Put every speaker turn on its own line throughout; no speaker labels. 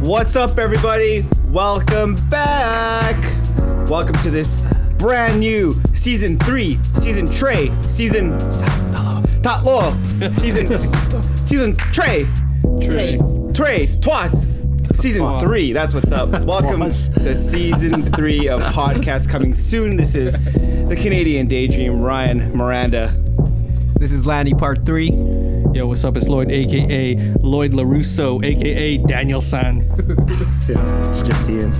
What's up, everybody? Welcome back. Welcome to this brand new season three, season Trey, season Tatlo, season season Trey, Trace, Twas, season three. That's what's up. Welcome to season three of podcast coming soon. This is the Canadian Daydream. Ryan Miranda.
This is Lanny Part 3.
Yo, what's up? It's Lloyd, aka Lloyd Larusso, aka Daniel San.
Yeah, it's just Ian.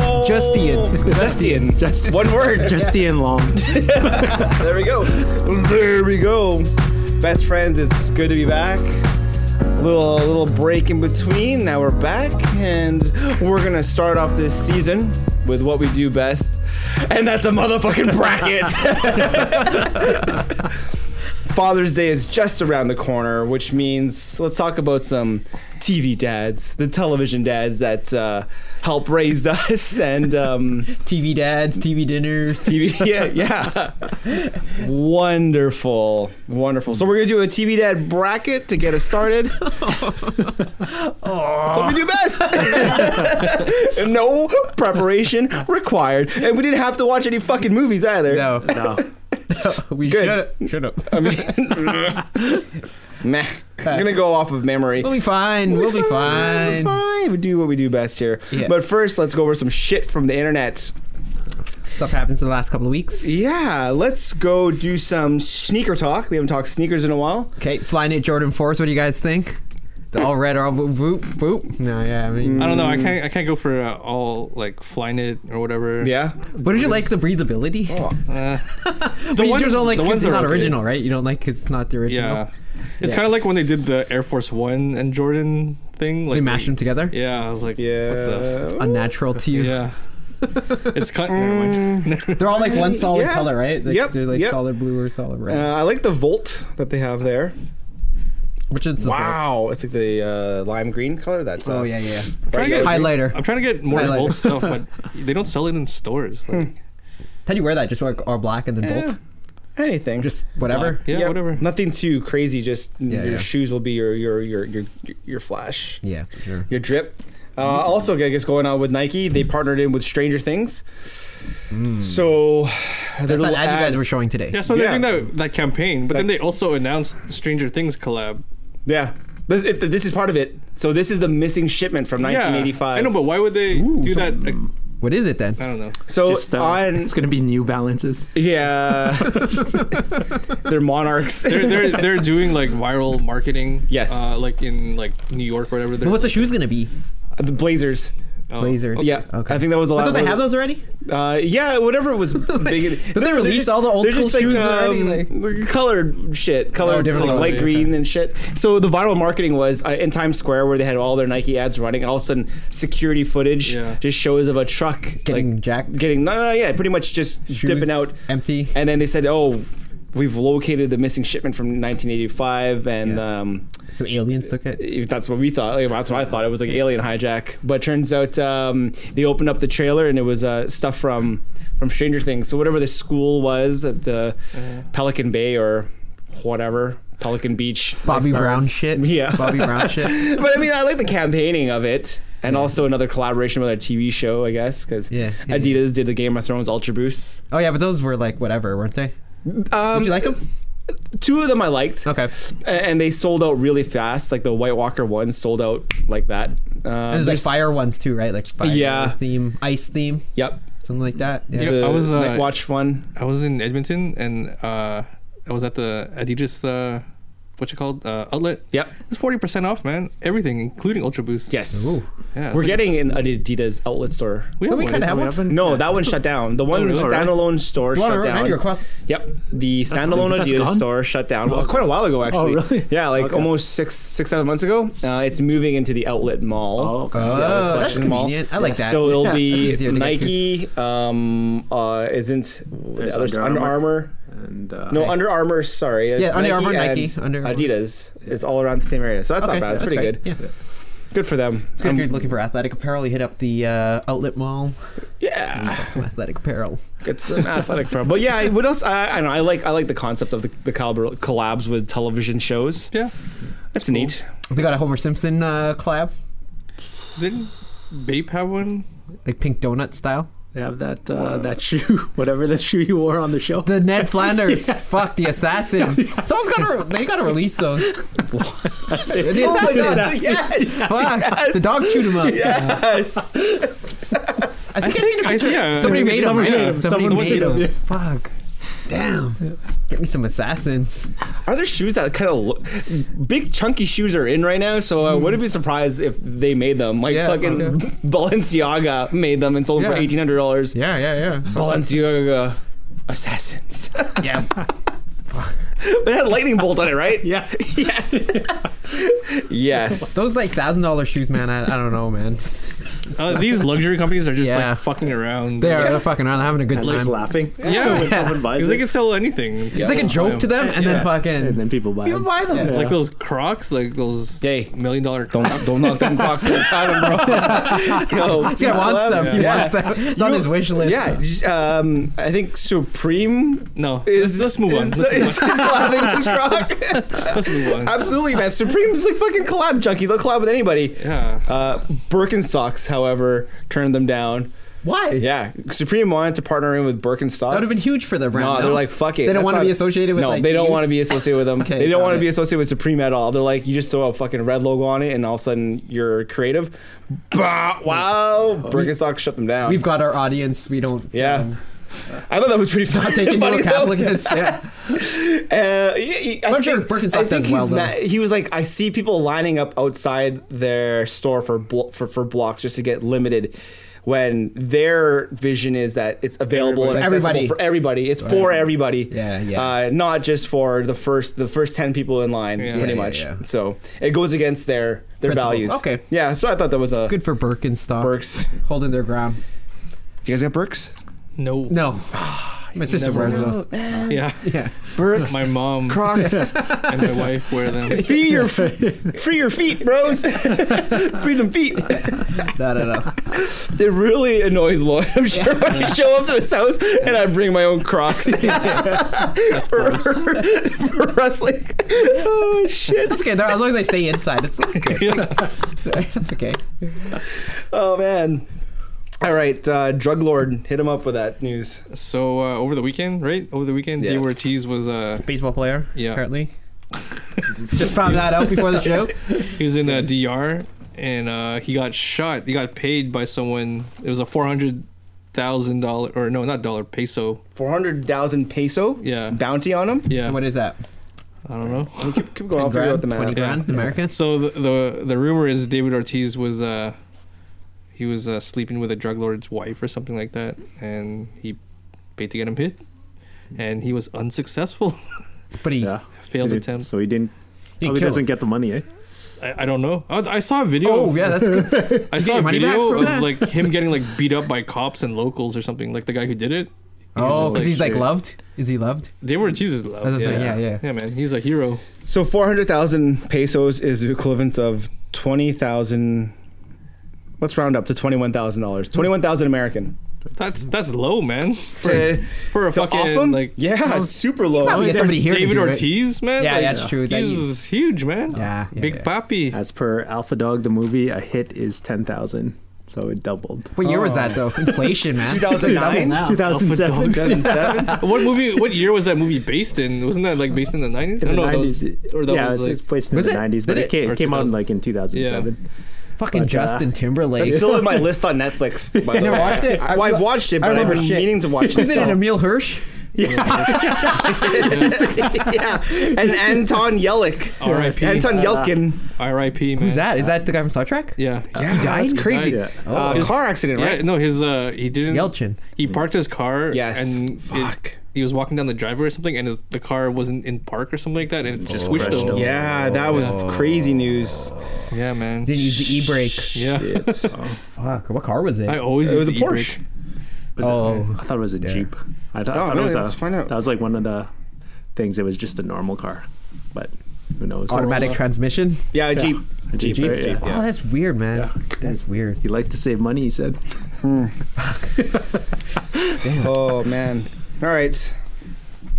oh,
Just Ian.
Just Ian.
Just-
One word.
Just Ian Long.
There we go. There we go. Best friends, it's good to be back. Little little break in between. Now we're back, and we're gonna start off this season with what we do best, and that's a motherfucking bracket. Father's Day is just around the corner, which means let's talk about some TV dads, the television dads that uh, help raise us, and um,
TV dads, TV dinners.
TV, yeah, yeah. wonderful, wonderful. So we're gonna do a TV dad bracket to get us started. That's what we do best. no preparation required, and we didn't have to watch any fucking movies either.
No, no. we
Good.
should. Shut up.
I mean, meh. I'm gonna go off of memory.
We'll be fine. We'll, be fine.
We'll be fine. We do what we do best here.
Yeah.
But first, let's go over some shit from the internet.
Stuff happens in the last couple of weeks.
Yeah, let's go do some sneaker talk. We haven't talked sneakers in a while.
Okay, Fly Knit Jordan 4s. What do you guys think? The all red, all boop, boop, boop. No, yeah, I mean.
I don't know. I can't. I can't go for uh, all like Flyknit or whatever.
Yeah.
But did you like the breathability?
Oh.
Uh,
the
ones-
you just don't like
the
'cause
ones
it's
are
not
okay.
original, right? You don't like 'cause it's not the original.
yeah. It's
Yeah.
kind of like when they did the Air Force One and Jordan thing. Like
they mash them together.
Yeah, I was like,
Yeah.
What the
Unnatural to
f-
you.
yeah. it's cut. Never mind.
They're all like one solid
Yeah.
color, right? Like,
Yep,
They're like
yep.
solid blue or solid
Uh,
red.
I like the volt that they have there.
Which is the
Wow, it's like the uh, lime green color. That's
Oh,
uh,
yeah, yeah.
bright
Try to
yellow.
get-
Highlighter.
I'm trying to get more
Highlight.
Volt stuff, but they don't sell it in stores.
Hmm.
Like,
How do you wear that? Just like all black and then
Yeah.
bolt?
anything.
Just whatever?
yeah,
Yep.
whatever.
Nothing too crazy. Just
Yeah,
your
yeah.
shoes will be your your your your your flash,
Yeah, sure.
your drip. Uh, also, I guess going on with Nike, they partnered in with Stranger Things. So
That's
their
that
little
ad you guys
ad-
were showing today.
Yeah, so
Yeah.
they're doing that, that campaign, but then
That-
they also announced Stranger Things collab.
yeah. This, it, this is part of it. So this is the missing shipment from 1985.
Yeah, I know, but why would they do
so-
that? Like,
What is it then?
I don't know.
so
Just, uh,
on
it's gonna be New Balances.
yeah, they're monarchs.
They're they're they're doing like viral marketing.
Yes.
Uh, like in like New York, or whatever.
But
they're-
what's the shoes gonna be?
The Blazers.
oh.
Blazers.
Yeah,
Okay.
I think that was a
But
lot.
don't they have those already?
Uh, yeah, whatever was big.
Did they release all the old
they're
school
just like,
shoes already,
um, colored shit, colored
different
like,
color,
light
okay.
green and shit. So the viral marketing was uh, in Times Square where they had all their Nike ads running. And all of a sudden, security footage
Yeah.
just shows of a truck
Getting
like,
jacked?
getting no, no, yeah, pretty much just
Shoes
dipping out.
empty.
And then they said, "Oh, we've located the missing shipment from 1985," and
Yeah.
um,
Some aliens took it.
if that's what we thought. Like, that's what I thought. It was like alien hijack. But turns out um, they opened up the trailer and it was uh, stuff from from Stranger Things. So whatever the school was at the
Mm-hmm.
Pelican Bay or whatever Pelican Beach.
Bobby Brown shit.
uh, Yeah.
Bobby Brown shit.
But I mean, I like the campaigning of it. And also another collaboration with our TV show, I guess, because
Yeah, yeah,
Adidas did the Game of Thrones Ultra Boost.
Oh yeah, but those were like whatever, weren't they?
Um, uh,
Did you like them?
two of them I liked,
Okay.
a- and they sold out really fast. Like the White Walker one sold out like that. Um,
And there's like
there's-
fire ones too, right? Like fire
Yeah.
theme, ice theme,
Yep,
something like that. Yeah.
You know, I was, uh,
Night Watch one.
I was in Edmonton and uh, I was at the Adidas. Uh, what you called uh, outlet?
Yep.
It's forty percent off, man. Everything, including Ultra Boost.
Yes.
Ooh.
Yeah, it's
We're
like-
getting an Adidas outlet store.
We,
Don't we
one.
kinda have
We
one?
haven't-
No, that one shut down. The one
really?
standalone store
The one
shut
on Route nine, you're
down.
across.
Yep, the standalone
that's
Adidas
gone?
store shut down well, quite a while
Oh,
ago, actually.
really?
Yeah, like
Okay.
almost six, six, seven months ago. Uh, it's moving into the outlet mall.
Oh,
Oh,
okay.
The outlet
that's
collection mall.
convenient. I like that.
So it'll
That's
be
easier to get
Nike. Um, uh, isn't
There's
the others-
Under
Under Armour?
And uh,
No, Under Armour. Sorry. it's
Yeah, Under Armour,
and
Nike, Under Armour.
Adidas. It's all around the same area, so that's
Okay,
not bad. It's
that's
pretty
great.
good. Um,
Yeah.
Good for them.
It's good if you're looking for athletic apparel. You hit up the uh, outlet mall.
Yeah.
Got some athletic apparel.
It's an athletic pro, but yeah. I- What else? I, I don't know. I like I like the concept of the, the collab- collabs with television shows.
Yeah.
That's neat.
They got a Homer Simpson uh, collab,
Didn't Bape have one?
like pink donut style.
They have that uh, that shoe, whatever that shoe you wore on the show.
The Ned Flanders, fuck the assassin. Someone's gotta, re- they gotta release those.
That's
The
it.
assassin,
That's it.
Yes.
fuck. The dog chewed him up.
Yes.
I think I, seen a
I-
picture.
yeah,
somebody made him.
somebody made
Yeah.
'em.
Somebody
Someone
made
made 'em,
him. Fuck. Damn. Get me some assassins.
Are there shoes that kind of look big chunky shoes are in right now? So I wouldn't be surprised if they made them. Like
Hmm. Yeah,
fucking
okay.
Balenciaga made them and sold them for
Yeah.
eighteen hundred dollars.
Yeah, yeah,
Balenciaga assassins.
yeah. Yeah.
it had a lightning bolt on it, right?
Yeah.
Yes. yes.
Those like thousand dollar shoes, man. I, I don't know, man.
Uh, these luxury companies are just
Yeah.
like fucking around.
They are they're fucking around, they're having a good
And
time.
just laughing.
Yeah.
When someone buys
Because they
it.
can sell anything.
It's like a joke to them, and
Yeah.
then
And
fucking
then people buy
people
it.
buy them.
Yeah.
Like those Crocs, like those
Hey.
million dollar Crocs.
Don't don't knock them box at a time, bro. Yo,
This guy
these
wants
collabs-
them. He
yeah.
wants them. It's on
You-
his wish list.
Yeah, just, um, I think Supreme
No,
is.
let's, let's move on.
is-
Let's,
is- is collabing with Rock.
let's move on.
Absolutely, man. Supreme's like fucking collab junkie. They'll collab with anybody.
yeah,
Uh, Birkenstocks, however, turned them down.
Why?
Yeah, Supreme wanted to partner in with Birkenstock.
That would have been huge for their brand.
no,
though.
they're like fuck it.
They don't
That's
want to
not-
be associated with.
No,
like,
they don't
you.
want to be associated with them.
Okay,
they don't
got
want to
it.
be associated with Supreme at all. They're like, you just throw a fucking red logo on it, and all of a sudden you're creative. Bah, wow, Birkenstock shut them down.
Oh, We've got our audience. We don't.
Yeah.
um,
I thought that was pretty
not
funny.
taking no
funny though.
applicants. Yeah.
Uh, yeah, he- I
I'm sure
think-
Birkenstock
I think
does
he's
well, though.
mad- He was like, I see people lining up outside their store for blo- for for blocks just to get limited. When their vision is that it's available and accessible
Everybody.
for everybody, it's for everybody,
Yeah, yeah.
Uh, not just for the first the first ten people in line,
Yeah.
pretty
Yeah, yeah,
much.
yeah.
So it goes against their their
Principles.
values.
Okay.
yeah. So I thought that was a
Good for Birkenstock.
Berks.
Holding their ground.
Do you guys got Berks?
no,
No. My
Ah,
sister
never
wears
know.
those.
yeah.
Yeah.
Berks,
My mom
Crocs.
and my wife wear them.
free your free your feet, bros. Freedom feet.
No, no, no.
It really annoys Lloyd, I'm sure, when I show up to his house and I bring my own Crocs for, for wrestling. Oh, shit.
That's okay. They're- As long as they stay inside, it's okay. It's okay.
Oh, man. All right, uh, Drug Lord, hit him up with that news.
So uh, over the weekend, right? Over the weekend,
Yeah.
D Ortiz was uh
Baseball player,
Yeah.
apparently.
Just found that out before the show.
he was in uh, DR and uh, he got shot. He got paid by someone. It was a four hundred thousand dollar or no, not dollar peso.
400,000 peso
Yeah,
bounty on him.
yeah.
So what is that?
I don't know.
Keep going, I'll figure out the math.
20 grand,
Yeah.
American?
So the, the the rumor is David Ortiz was uh he was uh, sleeping with a drug lord's wife or something like that, and he paid to get him hit, and he was unsuccessful,
But he,
Yeah.
failed
Did it-
attempt.
So he didn't.
he
probably
killed.
doesn't get the money, eh?
I, I don't know. I, I saw a video.
Oh, yeah, that's good.
I
you
saw a
get your money back
video
from
of
that?
like him getting like beat up by cops and locals or something. Like the guy who did it.
Oh, because he's like
shit.
loved? Is he loved?
David Ortiz is
That's
love.
what I'm
Yeah.
saying,
yeah,
yeah, yeah.
man, he's a hero.
So 400,000 pesos is the equivalent of 20,000. Let's round up to $21,000. 21,000 American.
That's that's low, man. For,
To-
for a
To
fucking
off him?
like
yeah, super low.
Probably get somebody here. to
David
do it.
Ortiz, man.
Yeah,
like,
that's true. That
He's huge, man.
Yeah, yeah,
Big
yeah.
Papi.
As per Alpha Dog, the movie, a hit is 10,000. So it doubled.
What year was that though? Inflation, man.
2009?
Double now.
2007.
2007?
what movie? What year was that movie based in? Wasn't that like based in the nineties?
In the
that
90s.
was- or that
yeah,
was
it
like,
was placed in
Was
the
it?
90s, but
Did
it,
it?
came,
Or
it came out
2000s.
like in 2007.
Fucking
But, uh,
Justin Timberlake.
It's still in my list on Netflix. By
You
the
never
way.
watched it?
I, well, I've watched it,
I
but I've
remember
been
shit.
meaning to watch it.
Isn't it Emil Hirsch?
yeah, and Anton Yelik.
R.I.P.
Anton Yelkin.
R.I.P. Man.
Who's that? Is that the guy from Star Trek?
Yeah.
he died. That's crazy.
died,
Uh,
His-
car accident,
Yeah,
right?
no, his uh, he didn't.
Yelchin.
He parked his car.
Yes.
And it-
Fuck.
he was walking down the driveway or something, and his, the car wasn't in park or something like that, and it just squished
crashed
him.
him.
Yeah, that was crazy news.
Yeah, man.
Didn't use the e brake.
Yeah.
Fuck. What car was it?
I always
It was
use
a
the
Porsche.
e-brake.
Was it-
Oh.
I thought it was a Jeep. I thought, I
Oh,
thought
no,
it was
let's
a,
find out.
That was like one of the things. It was just a normal car, but who knows?
Automatic transmission.
Yeah, a Jeep.
A Jeep,
Jeep,
right?
Jeep.
Yeah.
Oh, that's weird, man. That's weird.
He liked to save money. He said,
Oh, man. All right.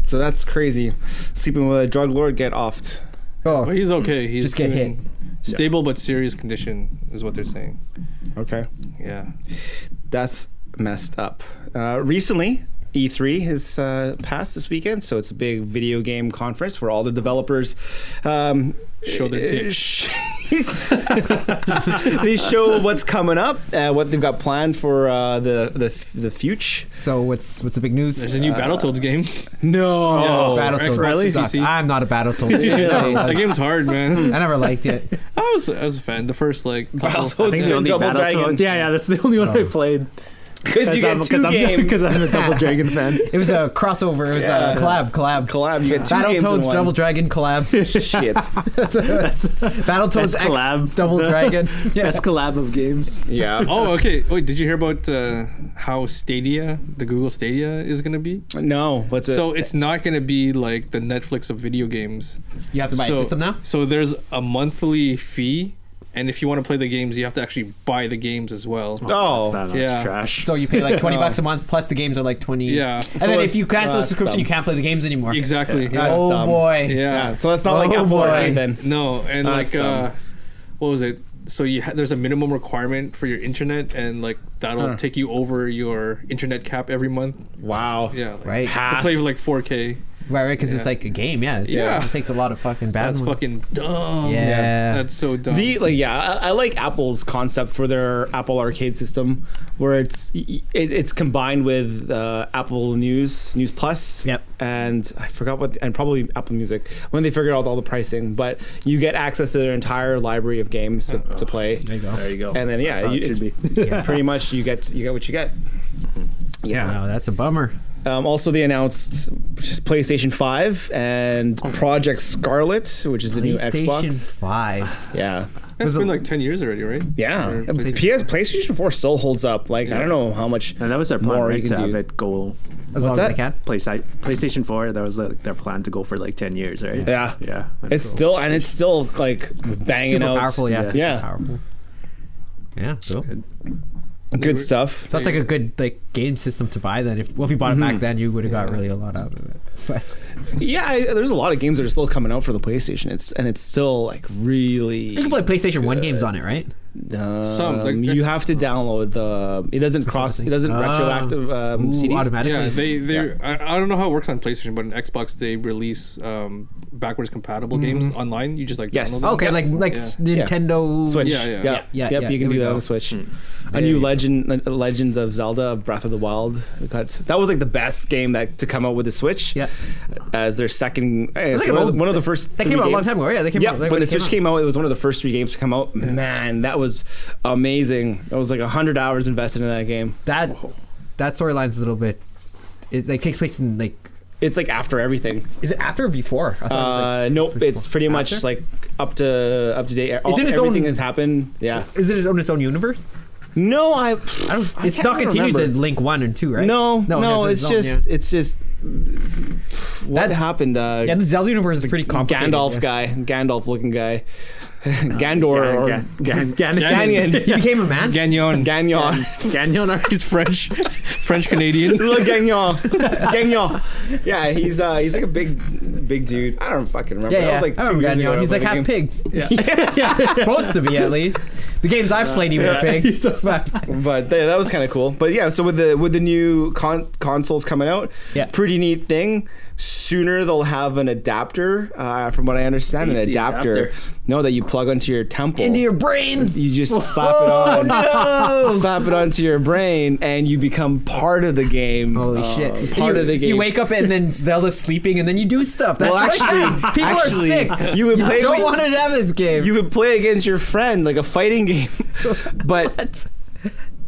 So that's crazy. Sleeping with a drug lord, get offed.
Oh,
But he's okay. He's
Just get hit.
doing Stable but serious condition is what they're saying.
Okay.
Yeah.
That's messed up. Uh, recently, E3 has uh, passed this weekend, so it's a big video game conference where all the developers um,
Show their
uh,
dick.
sh- they show what's coming up, uh, what they've got planned for uh, the the the future.
so what's what's the big news? Oh,
There's a new Battletoads game.
No,
Yeah.
Battletoads.
Xbox Really?
sucks.
PC.
I'm not a Battletoads.
that
fan.
game's hard, man.
I never liked it.
I was I was a fan. The first like couple,
Battletoads
the
and
only
Double
Battletoads-
Dragon.
Yeah, yeah, that's the only one I played.
Because you get
I'm,
two
I'm,
games.
Because I'm a Double Dragon fan.
It was a crossover. It was
Yeah.
a collab, collab.
collab. You get two games in
Battletoads
one.
Double Dragon collab.
Shit.
That's
Battletoads
best
X
collab.
Double Dragon. Yeah.
Best collab of games.
Yeah.
Oh, okay. Wait, did you hear about uh, how Stadia, the Google Stadia, is gonna be?
No, what's
so it's not gonna be like the Netflix of video games.
You have to buy
so,
a system now.
So there's a monthly fee, and if you want to play the games, you have to actually buy the games as well.
Oh,
That's not-
yeah.
that's trash.
So you pay like twenty
Oh.
bucks a month plus the games are like twenty.
Yeah.
And
So
then
it's-
if you cancel
uh,
a subscription,
dumb.
you can't play the games anymore.
Exactly. Yeah.
That's
oh
dumb.
boy.
Yeah.
yeah. So that's not like
Oh,
Apple
boy.
right then.
No, and
Oh,
like
that's dumb.
uh, what was it? So you ha- there's a minimum requirement for your internet, and like that'll
Huh.
take you over your internet cap every month.
Wow.
Yeah, like,
Right.
To play with like 4K,
Right, right, because
Yeah.
it's like a game, yeah. It-
Yeah.
It takes a lot of fucking bad
that's
ones.
fucking dumb.
Yeah.
that's so dumb.
The like yeah, I, I like Apple's concept for their Apple Arcade system, where it's it, it's combined with uh, Apple News, News Plus,
Yep.
and I forgot what, and probably Apple Music when they figured out all the pricing. But you get access to their entire library of games to, to play,
There you go.
There you go.
and then yeah,
That's how
you,
it should
it's
be.
Yeah.
pretty much you get you get what you get. Yeah.
Wow, that's a bummer.
Um, also, they announced just PlayStation Five and Project Scarlet, which is a new Xbox.
PlayStation Five.
Yeah.
that's been like 10 years already, right?
Yeah,
Or
PlayStation.
PlayStation.
PS PlayStation Four still holds up. Like I don't know how much.
And that was their plan
More
right,
you can
to have
do.
it go
As long
What's
as I
that?
can.
play, PlayStation 4. That was like, their plan to go for like 10 years, right?
Yeah,
Yeah.
it's still and it's still like banging
Super
out.
powerful, yeah.
yeah.
Super
Yeah.
powerful. Yeah, cool. So
Good stuff.
that's like a good like game system to buy. Then, if well, if you bought it back then, you would have got really a lot out of it. But
Yeah, I, there's a lot of games that are still coming out for the PlayStation. It's and it's still like really.
you can play PlayStation One games on it, right?
um,
Some, like-
you have to download the. It doesn't cross. It doesn't
Ah.
retroactive um,
Ooh,
CDs.
automatically.
Yeah, they they I, I don't know how it works on PlayStation, but on Xbox they release um, backwards compatible games online. You just like
Yes.
download them.
okay, like like
Yeah.
Nintendo
Switch.
Yeah, yeah.
Yep.
Yeah,
yep.
yeah,
you can do
there we
that
go.
on the Switch. A
There
new
you go.
Legend, Le- Legends of Zelda: Breath of the Wild. Got that was like the best game that to come out with the Switch.
Yeah.
As their second, eh,
was
it's
like an
one, of
old-
the- one of the first.
That
three
came out a long
games.
time ago. Yeah, they came
Yeah,
out.
when,
like,
the
it came
Switch
out.
came out, it was one of the first three games to come out. Man, that was amazing. That was like hundred hours invested in that game.
that that storyline's a little bit it like takes place in like
It's like after everything.
is it after or before? I
Uh,
thought it was, like,
nope,
before.
it's pretty much
After?
like up to up to date. All,
in its own-
everything has happened. Yeah.
is it its own its own universe?
No, I.
I don't.
I can't-
it's not
I don't
continued to
remember.
Link One and Two, right?
No,
No,
no,
it has
it's
its
just
own,
it's just what
That-
happened. Uh,
Yeah, the Zelda universe is pretty complicated.
Gandalf
yeah. Oh,
guy, Gandalf looking guy, Gandor, or
Gan- Gan-
Ganyan.
He became a man.
Gagnon.
Gagnon,
Ganyon or
He's French, French Canadian.
little Gagnon, Gagnon. Yeah, he's uh, he's like a big, big dude. I don't fucking remember.
yeah, yeah.
I was like
I
two
remember
years ago
Gagnon.
I
He's
played
like
the game.
half pig. It's supposed to be at least. The games I've played, he was a pig. But
But th- that was kind of cool. But yeah, so with the with the new con- consoles coming out,
Yeah.
pretty neat thing. Sooner they'll have an adapter, uh, from what I understand, an
AC
adapter.
adapter.
No, that you plug onto your temple.
into your brain.
you just slap it
Oh
on.
no!
slap it onto your brain and you become part of the game.
Holy
Uh,
shit!
Part
you,
of the game.
You wake up and then Zelda's sleeping, and then you do stuff. That's
well,
like
actually,
that. people
actually,
are sick.
You would
You
play.
don't
with-
want to have this game.
you would play against your friend like a fighting game, but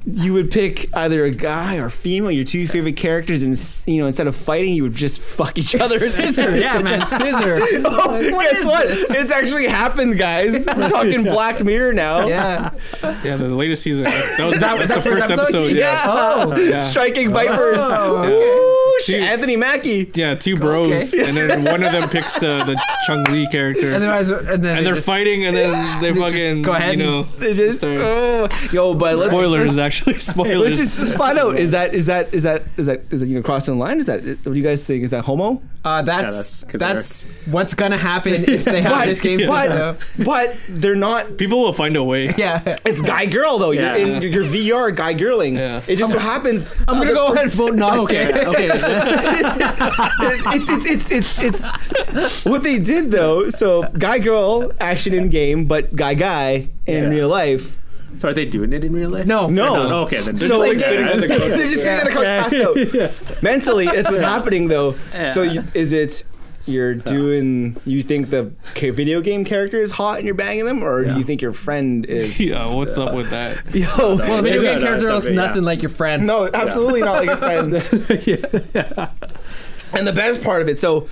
you would pick either a guy or female, your two favorite characters, and s- you know instead of fighting, you would just fuck each other.
scissor, yeah, man, scissor.
Oh,
Like,
guess
is
what?
this?
It's actually happened, guys. We're talking Black Mirror now.
Yeah,
yeah, the latest season. That was
That-
that's
that
the
first
first episode.
episode?
Yeah.
Yeah.
Oh.
Yeah.
Striking Vipers.
Oh,
Ooh, shit.
Jeez.
Anthony Mackie.
Yeah, two bros, and then one of them picks uh, the Chung Li character,
and
and,
then, I was- and then
they're
just-
fighting, and then they
just
fucking
go ahead
you know.
and-
They just
Sorry.
oh. yo, but let's-
Spoilers, actually.
Let's
Spoilers.
just find out. Is that is that is that is that is that you know crossing the line? Is that what do you guys think? Is that homo?
Uh,
Yeah,
that's
that's 'cause
that's what's gonna happen if they have
But-
this game?
but but they're not.
People will find a way.
yeah,
It's guy girl though.
Yeah.
You're in you're VR guy girling.
Yeah.
It just so happens.
I'm gonna go ahead and vote not.
Okay, okay.
it's, it's it's it's it's what they did though. So guy girl action in game, but guy guy in
Yeah.
real life.
so are they doing it in real life?
No.
No.
No, no, okay, then they're
so
just, like,
they-
sitting on the couch.
They're just sitting on the couch
Yeah.
passed out. Mentally, that's what's happening though.
Yeah.
So you, is it you're doing? You think the ca- video game character is hot and you're banging them, or do
Yeah.
you think your friend is?
Yeah, what's up with that?
Yo,
Well, the video
Yeah,
game
no,
character
no,
looks
yeah.
nothing like your friend.
no, absolutely not like your friend. And the best part of it, so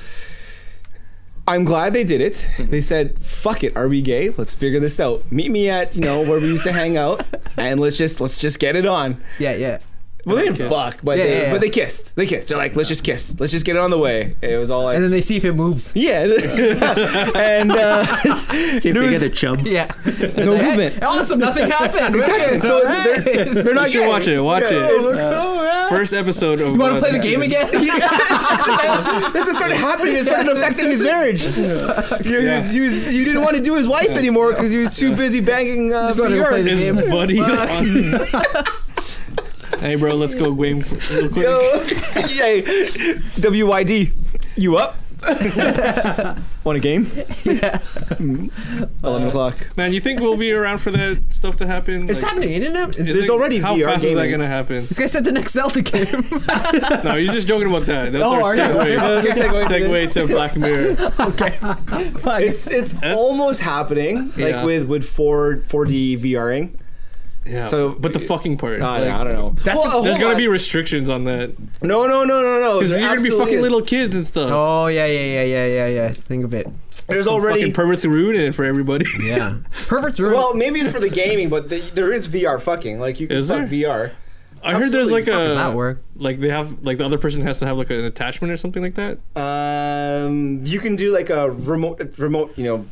I'm glad they did it. They said, "Fuck it, are we gay? Let's figure this out. Meet me at you know where we used to hang out, and let's just let's just get it on."
Yeah, yeah.
Well, they didn't fuck, but
Yeah,
they,
yeah, yeah.
but they kissed. They kissed. They're like, "Let's just kiss. Let's just get it on the way." It was all like,
And then they see if it moves.
yeah, and uh,
See if
There
they
was-
get a chub.
Yeah.
no movement.
awesome. Nothing happened.
Exactly. So they're, they're not
You should
gay. Oh
watch it, watch it.
it's-
First episode of.
you want to
uh,
play the
this
game
season.
again?
this just started happening. It started affecting his marriage. You,
Yeah.
you, you didn't want to do his wife anymore because he was too busy banging uh,
Just wanted to
VR.
play the
Is
game.
Buddy on- Hey, bro, let's go game f- real quick.
Yo, yay. WYD, you up? Want a game? Yeah. Uh, 11 o'clock.
Man, you think we'll be around for that stuff to happen?
It's
Like,
happening. You didn't know.
is
There's
it-
already
How
VR
fast is that
gaming.
going to happen?
This guy said the next Zelda game.
No, he's just joking about that. That's
Oh,
our
are you?
segue.
Okay.
Segue to Black Mirror.
Fuck.
It's it's almost happening, like
Yeah.
with with 4 4D VRing.
Yeah.
So-
but the fucking part.
I,
like,
I don't know.
That's
Well,
There's
hold
gotta
on.
be restrictions on that
no no no no no.
because
There
you're gonna be
absolutely
fucking
is.
little kids and stuff.
oh yeah, yeah, yeah, yeah, yeah, yeah. Think of it.
There's
Some
already
fucking perverts ruining it for everybody.
Yeah. Perfect room.
well maybe for the gaming, but the, there is VR fucking like you can
Is
fuck
there?
VR.
I heard there's like
Absolutely.
Does that
a
work?
like they have like the other person has to have like an attachment or something like that.
Um, you can do like a remote, remote, you know,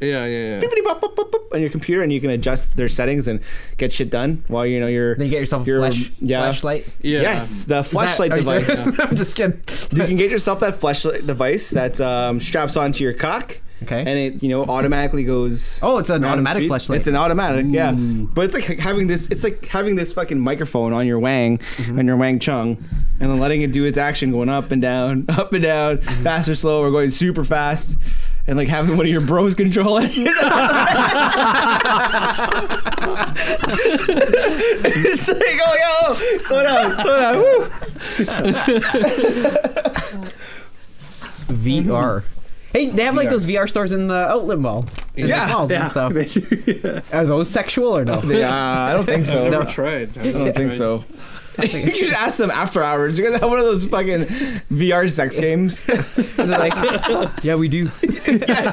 Yeah, yeah, yeah.
beepity bop, bop, bop, bop on your computer, and you can adjust their settings and get shit done while you know you're.
Then you get yourself a
Your-
flesh,
yeah.
flashlight. Is
yeah.
Yes, the
that-
flashlight
are you
device.
serious? I'm just kidding.
you can get yourself that flashlight device that um, straps onto your cock,
Okay.
and it you know automatically goes.
oh, it's an
around
automatic
speed.
flashlight.
It's an automatic, yeah. But it's like having this. It's like having this fucking microphone on your wang, on your wang chung, and then letting it do its action, going up and down, up and down, fast or slow, or going super fast, and like having one of your bros control it. it's like, oh yo, slow down, slow down. Woo.
VR. Mm-hmm. Hey, they have like those VR stores in the outlet mall. In
Yeah,
the malls
Yeah.
and stuff. Are those sexual or no?
Yeah, I don't think so.
I
No,
never
I
tried. I
don't think so. you should ask them after hours. You guys have one of those fucking VR sex games.
And they're like, yeah, we do.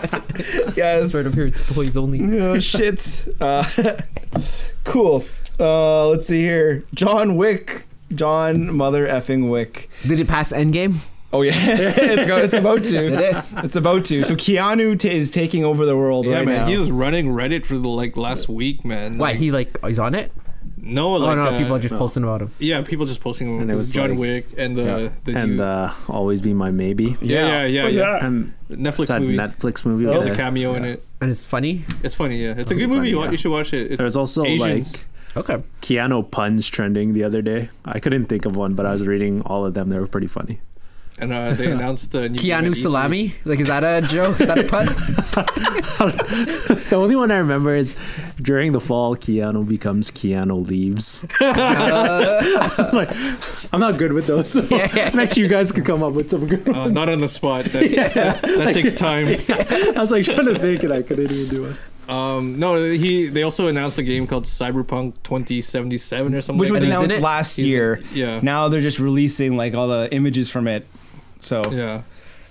Yes.
Right up here, it's employees only.
oh shit. Uh, cool. Uh, let's see here. John Wick. John Mother effing Wick.
Did it pass Endgame?
Oh yeah, it's, go, it's about
Did
to.
it?
It's about to. So Keanu t- is taking over the world
Yeah,
right
man,
now.
he's running Reddit for the like last week, man.
Why
Like,
he like he's on it?
No,
Oh
like
no,
uh,
people are just posting about him.
yeah, people just posting
And
and
it was
John
like-
Wick and the
Yeah.
the
And
dude-
uh, always be my maybe.
yeah, yeah, yeah, yeah.
And it's
Netflix
that
movie.
Netflix movie.
There's a
where-
cameo in it.
And it's funny.
It's funny, yeah. It's a good
It'll be
movie.
funny,
You wa-
yeah.
You should watch it. It's
There's also
Asians.
like
Okay.
Keanu puns trending the other day. I couldn't think of one, but I was reading all of them. They were pretty funny.
and uh, they announced the new
Keanu
event.
Salami? Like is that a joke? Is that a pun?
The only one I remember is during the fall, Keanu becomes Keanu leaves. I'm, like, I'm not good with those. So
Yeah, Uh, yeah.
I bet you guys could come up with some good.
Uh, not on the spot. That, that, takes time.
I was like trying to think, and I couldn't even do it.
Um, no, he. They also announced a game called Cyberpunk 2077 or something.
which was
like
And he's
announced
in it?
last
He's-
year.
that. Yeah.
Now they're just releasing like all the images from it. So
Yeah.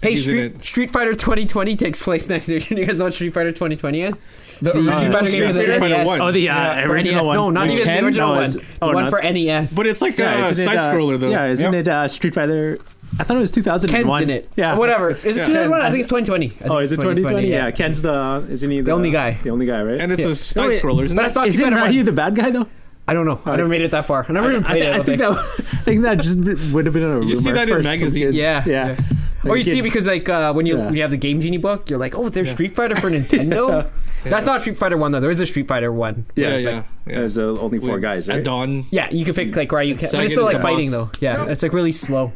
Hey,
He's in
Street, Street Fighter 2020 takes place next year. You guys know what Street Fighter 2020 is?
the
The
original
Street Fighter
shit.
game with the
Street Fighter
NES.
one.
Oh, the uh,
For
original
NES.
one.
No, not
With
even
Ken?
the original
No,
one.
it's-
The
oh,
one
not-
for E NES.
But it's like a
isn't it,
side
uh,
scroller though.
Yeah, isn't
Yep.
it uh, Street Fighter? I thought it was 2001.
Ken's in it.
Yeah,
Whatever. Is it
yeah.
2021? I
Ken.
think it's 2020. I think
Oh, is it
it's
2020? Yeah. Ken's the isn't he the,
only guy.
The only guy, right?
And it's
Yeah.
a side scroller, isn't
But
it?
I saw
is
Street
it
Fighter
not you
1.
the bad guy though?
I don't know. I never made it that far. I never even
I,
played
thi-
it.
I
don't
think that I think that just would have been a rumor.
You see that in
for some
magazines.
kids.
Yeah.
yeah.
Or you see
kids-
because like uh, when you
Yeah.
when you have the Game Genie book, you're like, oh, there's Street Fighter for Nintendo. That's not Street Fighter one though. There is a Street Fighter one.
Yeah, yeah,
it's
yeah.
like- There's uh, only four
We-
guys,
At
right?
dawn.
Yeah, you can pick like where you can. But
Sega
it's still
is
like
the
fighting
boss.
though. Yeah, it's like really slow.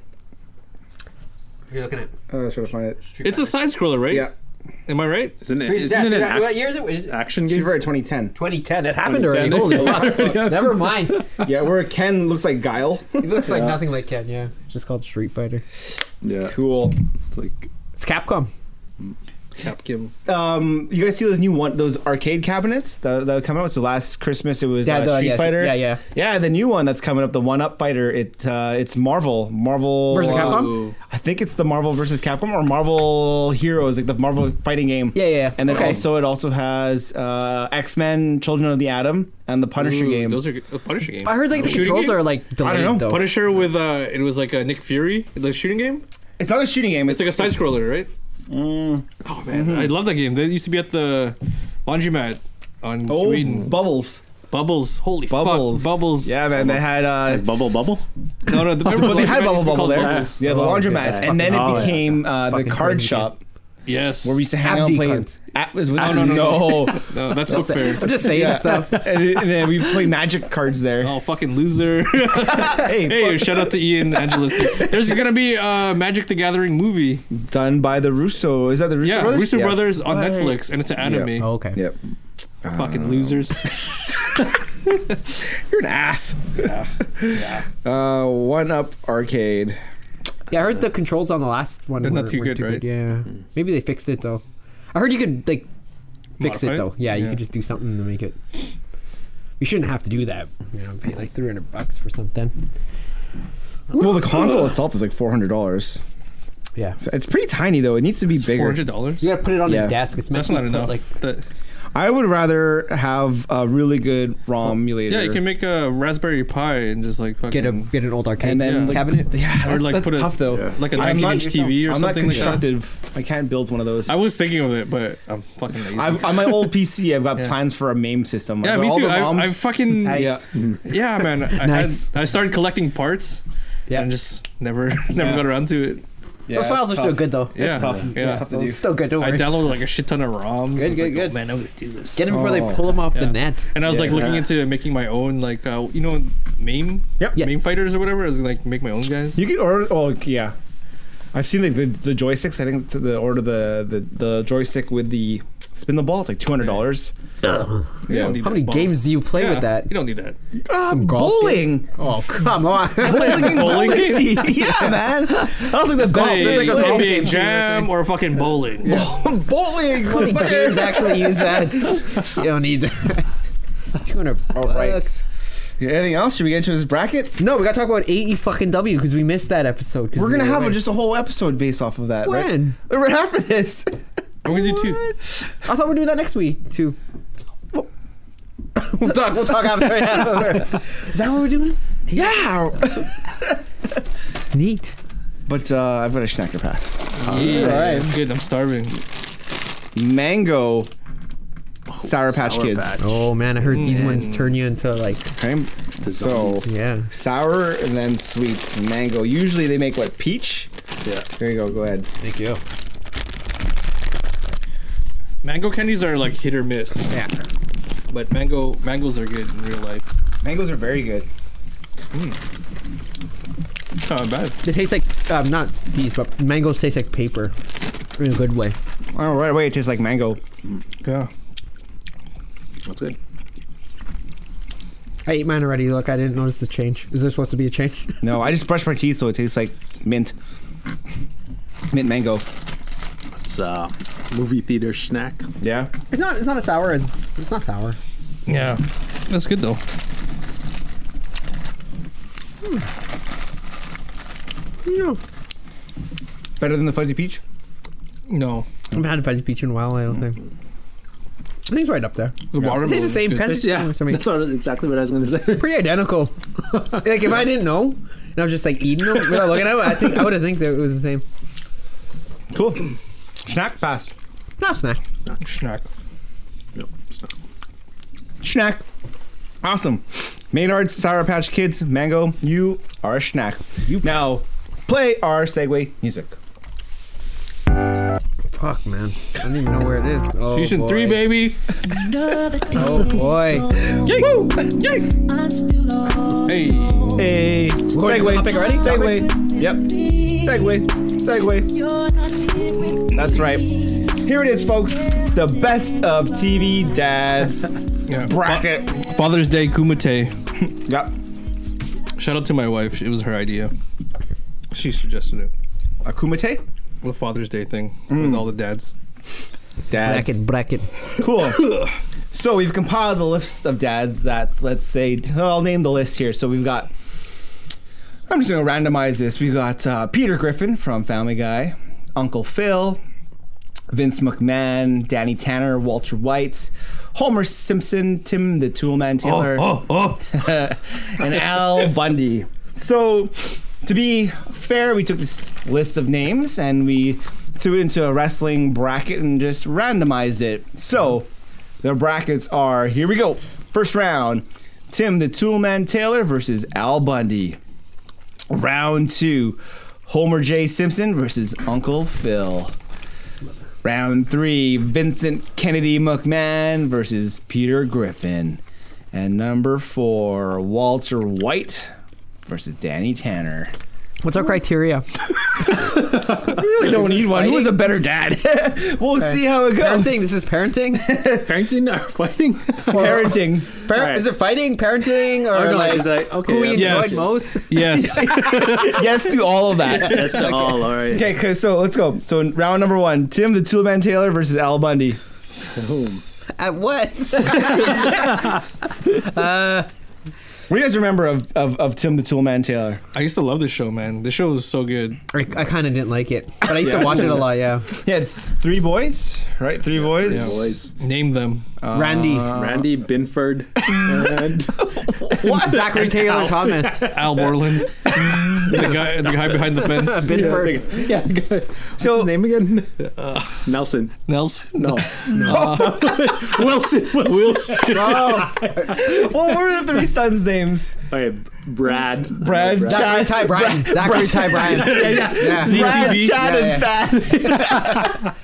You're looking at
I'm just trying to find it.
Street
It's a
Fighter.
side scroller, right?
Yeah.
Am I right?
Isn't it,
Dude,
isn't
yeah,
it
dude,
an
that- what
ac-
year is it? Is it?
action
Street
game?
Fighter 2010.
2010. It
Happened already.
2010.
Holy fuck! Never mind.
Yeah, where Ken looks like Guile.
He looks like
Yeah.
nothing like Ken. Yeah, it's just called Street Fighter.
Yeah.
Cool.
It's like
It's Capcom.
Capcom.
Um, you guys see those new one, those arcade cabinets that, that come out? So last Christmas it was uh,
the-
Street
yeah,
Fighter.
Yeah, yeah.
Yeah, the new one that's coming up, the one up fighter. It's uh, it's Marvel, Marvel
Versus
uh,
Capcom?
Ooh.
I think it's the Marvel versus Capcom or Marvel Heroes, like the Marvel fighting game.
Yeah, yeah, yeah.
And then
Okay.
also it also has uh, X Men, Children of the Atom, and the Punisher
Ooh,
game.
Those are good. oh, Punisher game.
I heard like the
Shooting
controls
game?
are like delayed
know.
though.
Punisher with uh, it was like a Nick Fury, the shooting game.
It's not a shooting game.
It's like a side scroller, right? Oh man, I love that game. They used to be at the laundromat on
Oh,
Sweden.
bubbles,
Bubbles, holy
bubbles,
fuck, bubbles.
Yeah, man, they had. Uh,
Bubble Bubble?
No, no, the, remember
but they
the
had bubble
laundromat used to be
bubble
called
there.
Bubbles?
Yeah, the
Oh, okay.
laundromats,
That's
and then
fucking-
it
oh, yeah.
became uh, the
Fucking
card
crazy
shop
Yes.
where we used to hang out and
Abdi
play.
cards.
At, was, no,
Abdi
no, no.
No, that's book fair.
I'm just saying stuff.
and, and then we play magic cards there.
Oh fucking loser!
Hey,
hey, shout out to Ian Angelus. There's gonna be a Magic the Gathering movie.
done by the Russo. Is that the Russo
yeah,
brothers?
Russo
Yes.
Brothers on
Right.
Netflix, and it's an anime.
Oh, okay.
Yep. Oh.
Fucking losers.
You're an ass. Uh, one up arcade.
Yeah, I heard the controls on the last one.
They're not
were-
too
weren't
good, right? Hmm.
Yeah, maybe they fixed it though. I heard you could like fix
Modify
it
it?
though. Yeah, you
Yeah.
could just do something to make it. You shouldn't have to do that. You know, pay like 300 bucks for something.
Well, the console itself is like four hundred dollars.
Yeah,
So it's pretty tiny though. It needs to be
Four
bigger.
hundred dollars.
you gotta put it on
Yeah.
your desk. It's meant
That's
to
not
be put,
enough.
Like,
That-
I would rather have a really good ROM emulator.
yeah, you can make a Raspberry Pi and just like fucking
get a get an old arcade
and then
Yeah.
like,
cabinet.
Yeah, that's,
like,
that's
put a-
tough though.
Yeah.
like a
I'm
19
not-
inch TV or
I'm not
something like that.
constructive. I can't build one of those.
I was thinking of it, but I'm fucking lazy.
I've, on my old PC, I've got
Yeah.
plans for a MAME system.
yeah,
I've got
me
all
too.
the ROMs.
I, I fucking
Nice.
yeah, yeah, man. I,
Nice.
I, I started collecting parts
Yeah.
and just never never
Yeah.
got around to it.
yeah,
Those files are
it's
still
tough.
good though.
Yeah,
It's tough.
yeah.
It's tough to
So
do.
it's still good. Don't
I
worry.
downloaded like a shit ton of ROMs.
Good,
I was
good,
like,
good.
Oh, man, I'm gonna do this.
Get them before they
Oh.
pull them off the
Yeah.
net.
and I was like
Yeah.
looking into making my own, like uh, you know, meme,
Yep.
Yeah.
meme fighters or whatever. I was like make my own guys.
You can order. Oh yeah, I've seen like the, the joysticks. I think the order the, the the joystick with the spin the ball. It's like two hundred dollars.
You don't need
How
that
many
bomb.
games do you play
Yeah,
with that?
You don't need that.
golf
Ah, bowling.
Oh come on!
Bowling and
Bowling?
bowling tee. Yeah, man. That was like the golf.
Hey,
There's like
NBA
golf game
jam or fucking bowling.
a bowling.
How many games actually use that? You don't need that. 200 bucks.
Yeah, anything else? Should we get into this bracket?
No, we gotta talk about AE fucking W because we missed that episode. 'cause
We're
we
gonna
were
have
away.
just a whole episode based off of that. Right?
when?
right after this.
I'm gonna do two.
I thought we were doing that next week too. we'll talk. We'll talk after. after. Is that what we're doing?
yeah.
Neat.
But uh, I've got a Schnacker pass.
Yeah,
Alright.
I'm good. I'm starving.
Mango. Sour Patch
Sour
Kids.
Patch.
Oh man, I heard these
Mm.
ones turn you into like
Okay. So.
yeah.
sour and then sweet mango. Usually they make what peach.
Yeah.
There you go. Go ahead.
Thank you.
Mango candies are like hit or miss,
Yeah.
but mango mangoes are good in real life.
Mangoes are very good.
Not bad.
They taste like um, not these, but mangoes taste like paper in a good way.
Oh, right away it tastes like mango.
Yeah.
That's good.
I ate mine already. Look, I didn't notice the change. Is there supposed to be a change?
No, I just brushed my teeth so it tastes like mint. Mint mango.
It's uh, movie theater snack.
Yeah.
It's not. It's not as sour as. It's not sour.
Yeah. That's good though.
No.
Better than the fuzzy peach.
No.
I haven't had a fuzzy peach in a while. I don't think. I think it's right up there.
The watermelon.
It tastes the
is
same.
good.
Kind of,
Yeah,
I mean,
that's what, exactly what I was gonna say.
pretty identical. like if I didn't know, and I was just like eating them without looking at them, I think I would have think that it was the same.
Cool. Snack pass.
No snack.
Schnack.
no, it's not.
Snack. Awesome. Maynard, Sour Patch Kids, Mango, you are a snack. You now play our segue music.
Fuck, man. I don't even know where it is. Oh,
Season
boy.
three, baby.
Oh boy.
Yay! Yay! Hey.
Hey, segue.
topic already?
Segue. Yep. Segue. Segue. That's right. Here it is, folks. The best of TV dads
Yeah.
bracket.
Fa- Father's Day Kumite.
Yep.
Shout out to my wife. It was her idea. She suggested it.
Akumite.
The Father's Day thing with all the dads.
Dads.
Bracket, bracket.
Cool. so we've compiled the list of dads that let's say I'll name the list here. So we've got. I'm just gonna randomize this. We got uh, Peter Griffin from Family Guy, Uncle Phil, Vince McMahon, Danny Tanner, Walter White, Homer Simpson, Tim the Toolman Taylor,
Oh, oh, oh.
and Al Bundy. So, to be fair, we took this list of names and we threw it into a wrestling bracket and just randomized it. So, the brackets are here we go. First round Tim the Toolman Taylor versus Al Bundy. Round two Homer J. Simpson versus Uncle Phil. Round three Vincent Kennedy McMahon versus Peter Griffin. And number four, Walter White versus Danny Tanner.
What's our criteria?
Really don't need one. Who is a better dad? we'll see how it goes.
Parenting. This is parenting.
Parenting or fighting?
Parenting.
Par-
Alright.
Is it fighting, parenting, or
Or Oh, no,
like
it's like, okay,
who we
yeah.
enjoyed
Yes.
most?
yes.
yes to all of that.
That's the all, all right.
Okay, 'cause- so let's go. So in round number one, Tim the Toolman Taylor versus Al Bundy.
At what?
What do you guys remember of, of, of Tim the Toolman Taylor?
I used to love this show, man. This show was so good.
I, I kind of didn't like it, but I used to watch it a lot. Yeah.
Yeah, it's three boys, right? Three boys. Uh,
Yeah.
Boys.
Name them.
Randy,
Um,
Randy Binford. and
Zachary Taylor Thomas,
Al Borland. the guy the guy behind the fence.
Binford.
yeah, good. What's
So-
his name again? Nelson.
Nels.
No. Wilson. Wilson.
Oh,
What were the three sons' names?
Okay, Brad.
Brad,
Brad.
Zachary Ty Bryan. Zachary Ty Bryan. yeah, yeah.
Brad,
CCB.
Chad,
Yeah,
and Thad.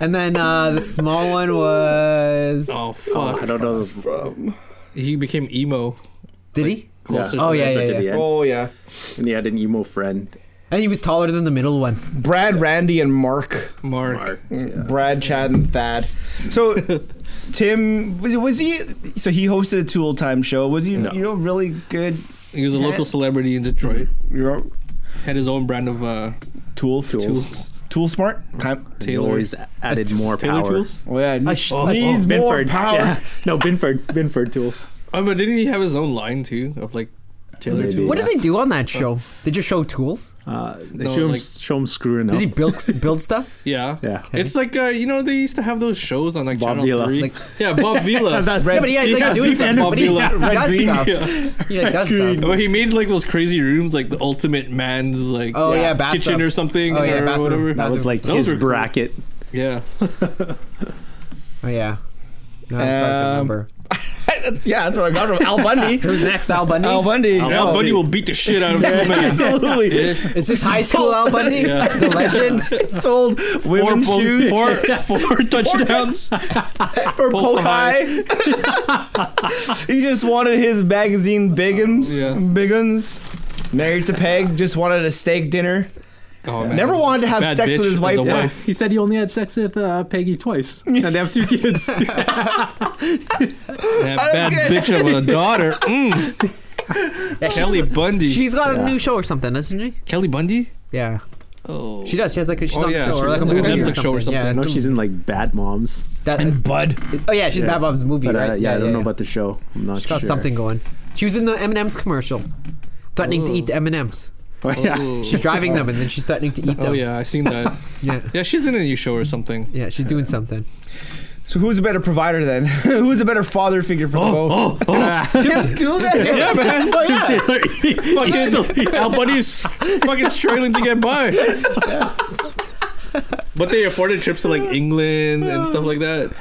And then uh, the small one was.
Oh
Oh, I
fuck.
don't know. From
He became emo.
Did he?
Closer
Oh,
to the-
yeah, yeah, yeah.
The end.
Oh yeah.
And he had an emo friend.
And he was taller than the middle one.
Brad, Randy, and Mark.
Mark.
Mark.
Brad, Chad, and Thad. So, Tim was, was he? So he hosted a Tool Time show. Was he?
No.
You know, really good.
He was a local celebrity in Detroit.
You know,
Had his own brand of uh
tools,
tools.
tool smart. Time.
He
Taylor.
always added more
Taylor
power.
tools?
Oh yeah,
A
needs,
sh-
Oh,
a-
needs more
Binford.
power.
Yeah. No, Binford. Binford tools.
Oh, but didn't he have his own line too of like Taylor
Maybe.
tools?
What did they do on that show? They just show tools?
Uh, they
No,
show, him,
like-
show him screwing up.
Does he build build stuff?
Yeah.
Yeah. Okay.
It's like uh, you know they used to have those shows on like
Bob
Channel
Vila.
Three.
Like-
yeah, Bob Vila.
That's-
Yeah, but he, had, like,
Yeah,
doing
he's
stuff.
Bob
But he, he
Vila.
does
Red
stuff.
Yeah.
He like, does
Green.
stuff.
But he made like those crazy rooms, like the ultimate man's like
Oh, yeah, bathtub.
kitchen or something
Oh, yeah,
or
bathroom.
whatever.
That
That was like
Those
his
were cool.
bracket.
Yeah.
Oh, yeah. No, that's hard to
Um,
remember.
That's- yeah, that's what I got from Al Bundy.
Who's next? Al Bundy?
Al Bundy.
Al
no.
Bundy will beat the shit out of him.
Absolutely.
Is this high school Al Bundy?
Yeah.
The legend?
Sold
Four,
women's
po-
shoes
four, four touchdowns.
for
Polk
Pokai. he just wanted his magazine Biggins.
Yeah.
Biggins. Married to Peg, just wanted a steak dinner.
Oh, man.
Never wanted to have
Bad
sex
bitch
with his
is a
wife.
wife.
Yeah, he said he only had sex with uh, Peggy twice, and they have two kids.
That bad
good.
bitch of a daughter. Mm.
Yeah, she's-
Kelly Bundy.
She's got a
Yeah.
new show or something, doesn't she?
Kelly Bundy?
Yeah.
Oh.
She does. She has like a, she's
Oh,
on
yeah,
a show
she-
or like a
like a
movie or
Netflix
something.
show or
Yeah,
I know
it's
she's in like Bad Moms,
that,
And Bud.
oh yeah, she's
Yeah.
Bad Bob's movie,
but uh,
right?
yeah, I don't know about the show. I'm not
She got
sure.
something going. She was in the M&M's commercial, threatening to eat the M&M's.
Oh, yeah.
She's driving them and then she's threatening to eat them.
Oh, yeah, I seen that.
yeah.
Yeah, she's in a new show or something.
Yeah, she's doing something.
So who's a better provider then? who's a better father figure for both?
Oh, oh.
Tim Toolman.
yeah, man.
Oh, Taylor,
Fucking Al Bundy's fucking struggling to get by. But they afforded trips to like England and stuff like that.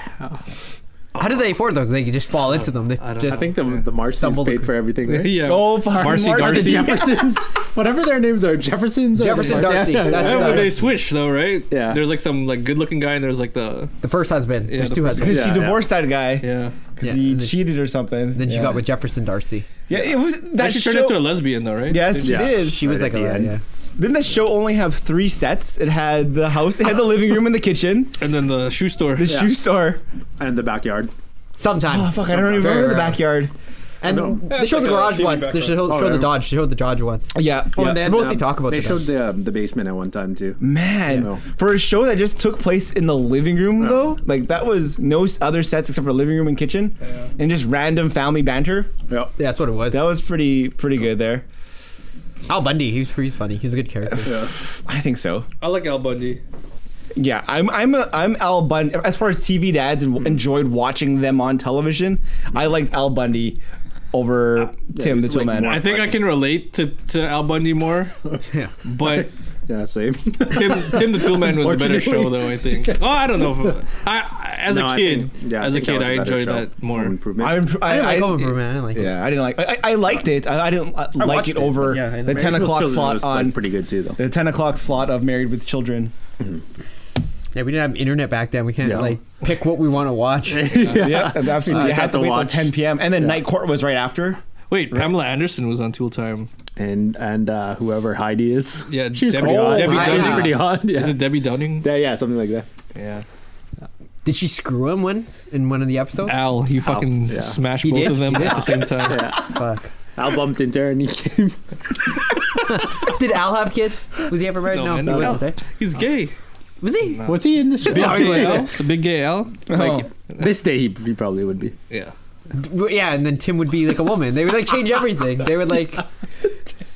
How do they afford those? They just fall into them. They
I don't-
just
I think the the Marcy's
Stumbled-
paid for everything. Right?
Yeah.
Oh, fucking
Marcy
Marcy.
Garcia.
Jeffersons. whatever their names are, Jefferson's. or-
Jefferson Darcy,
Yeah, yeah,
that's
yeah.
Yeah, but
the-
they switch though, right?
Yeah.
There's like some like good looking guy and there's like the
The first husband.
Yeah,
There's
the
two
first
husbands.
she
Yeah, yeah.
divorced that guy
yeah.
because
Yeah,
he
and then-
cheated or something.
Then she
yeah.
got with Jefferson Darcy.
Yeah, it was
That
that
she
show.
turned into a lesbian though, right?
yes,
Yeah.
it is.
She was
Right
like a
at the end.
yeah.
Didn't the show only have three sets? It had the house, it had the living room and the kitchen,
And then the shoe store.
the
Yeah.
shoe store.
and the backyard.
Sometimes.
Oh fuck, I don't
Very
remember the
rare.
backyard.
And
I know.
they showed the
like a
garage
TV
once. They showed,
background.
showed the
Oh,
Dodge. They showed the Dodge once.
Yeah.
Oh, and
Yeah.
then,
Mostly talk about
They
the Mm.
showed the, um, the basement at one time too.
Man,
Yeah.
for a show that just took place in the living room,
Yeah.
though, like that was no s- other sets except for living room and kitchen, and just random family banter.
Yep.
Yeah, that's what it was.
That was pretty pretty good there.
Al Bundy. He was he's funny. He's a good character.
Yeah.
I think so.
I like Al Bundy.
Yeah, I'm I'm a, I'm Al Bundy. As far as TV dads and w enjoyed watching them on television, I liked Al Bundy over Tim
he's
the Tool
like
Man.
more-
I think I can relate to, to Al Bundy more,
yeah.
but
Yeah. Same.
Tim Tim the Tool Man was a better show though. I think. Oh, I don't know. If, I- I as
No,
a
I
kid,
think- yeah,
as a
think that
kid,
was
I
better
enjoyed
show.
that more.
Home Improvement.
I'm-
I didn't like Home
I-
Improvement. I didn't like it.
Yeah, I didn't like. I, I I liked it. I, I didn't uh, like
watched
it over
but yeah, and
the
Married
ten
with
o'clock
Children
slot
was, like,
on
pretty good too though.
the ten o'clock slot of Married with Children.
Yeah, we didn't have internet back then. We can't
Yeah.
like pick what we want to watch.
yeah.
Yeah, absolutely.
Uh,
you
just
had
have
to
to
wait till
watch.
10 p.m. And then
Yeah.
Night Court was right after.
Wait, Pamela Anderson was on Tool Time.
And and uh, whoever Heidi is.
Yeah,
She was
Debbie,
pretty hot.
Debbie
Heidi.
She was
Downing.
pretty hot. Yeah.
Is it Debbie Downing?
yeah. Yeah. Something like that.
Yeah.
Did she screw him once in one of the episodes?
Al, you fucking
yeah.
smashed
He
both
did?
of them at the same time.
Fuck.
Al bumped into her and he came.
Did Al have kids? Was he ever married?
No,
No,
man,
he
no.
wasn't. There.
He's gay.
Was he?
What's he in the show?
Big gay Al. The big gay Al.
Like,
This day he, he probably would be.
Yeah.
D- Yeah, and then Tim would be like a woman. They would like change everything. They would like oh,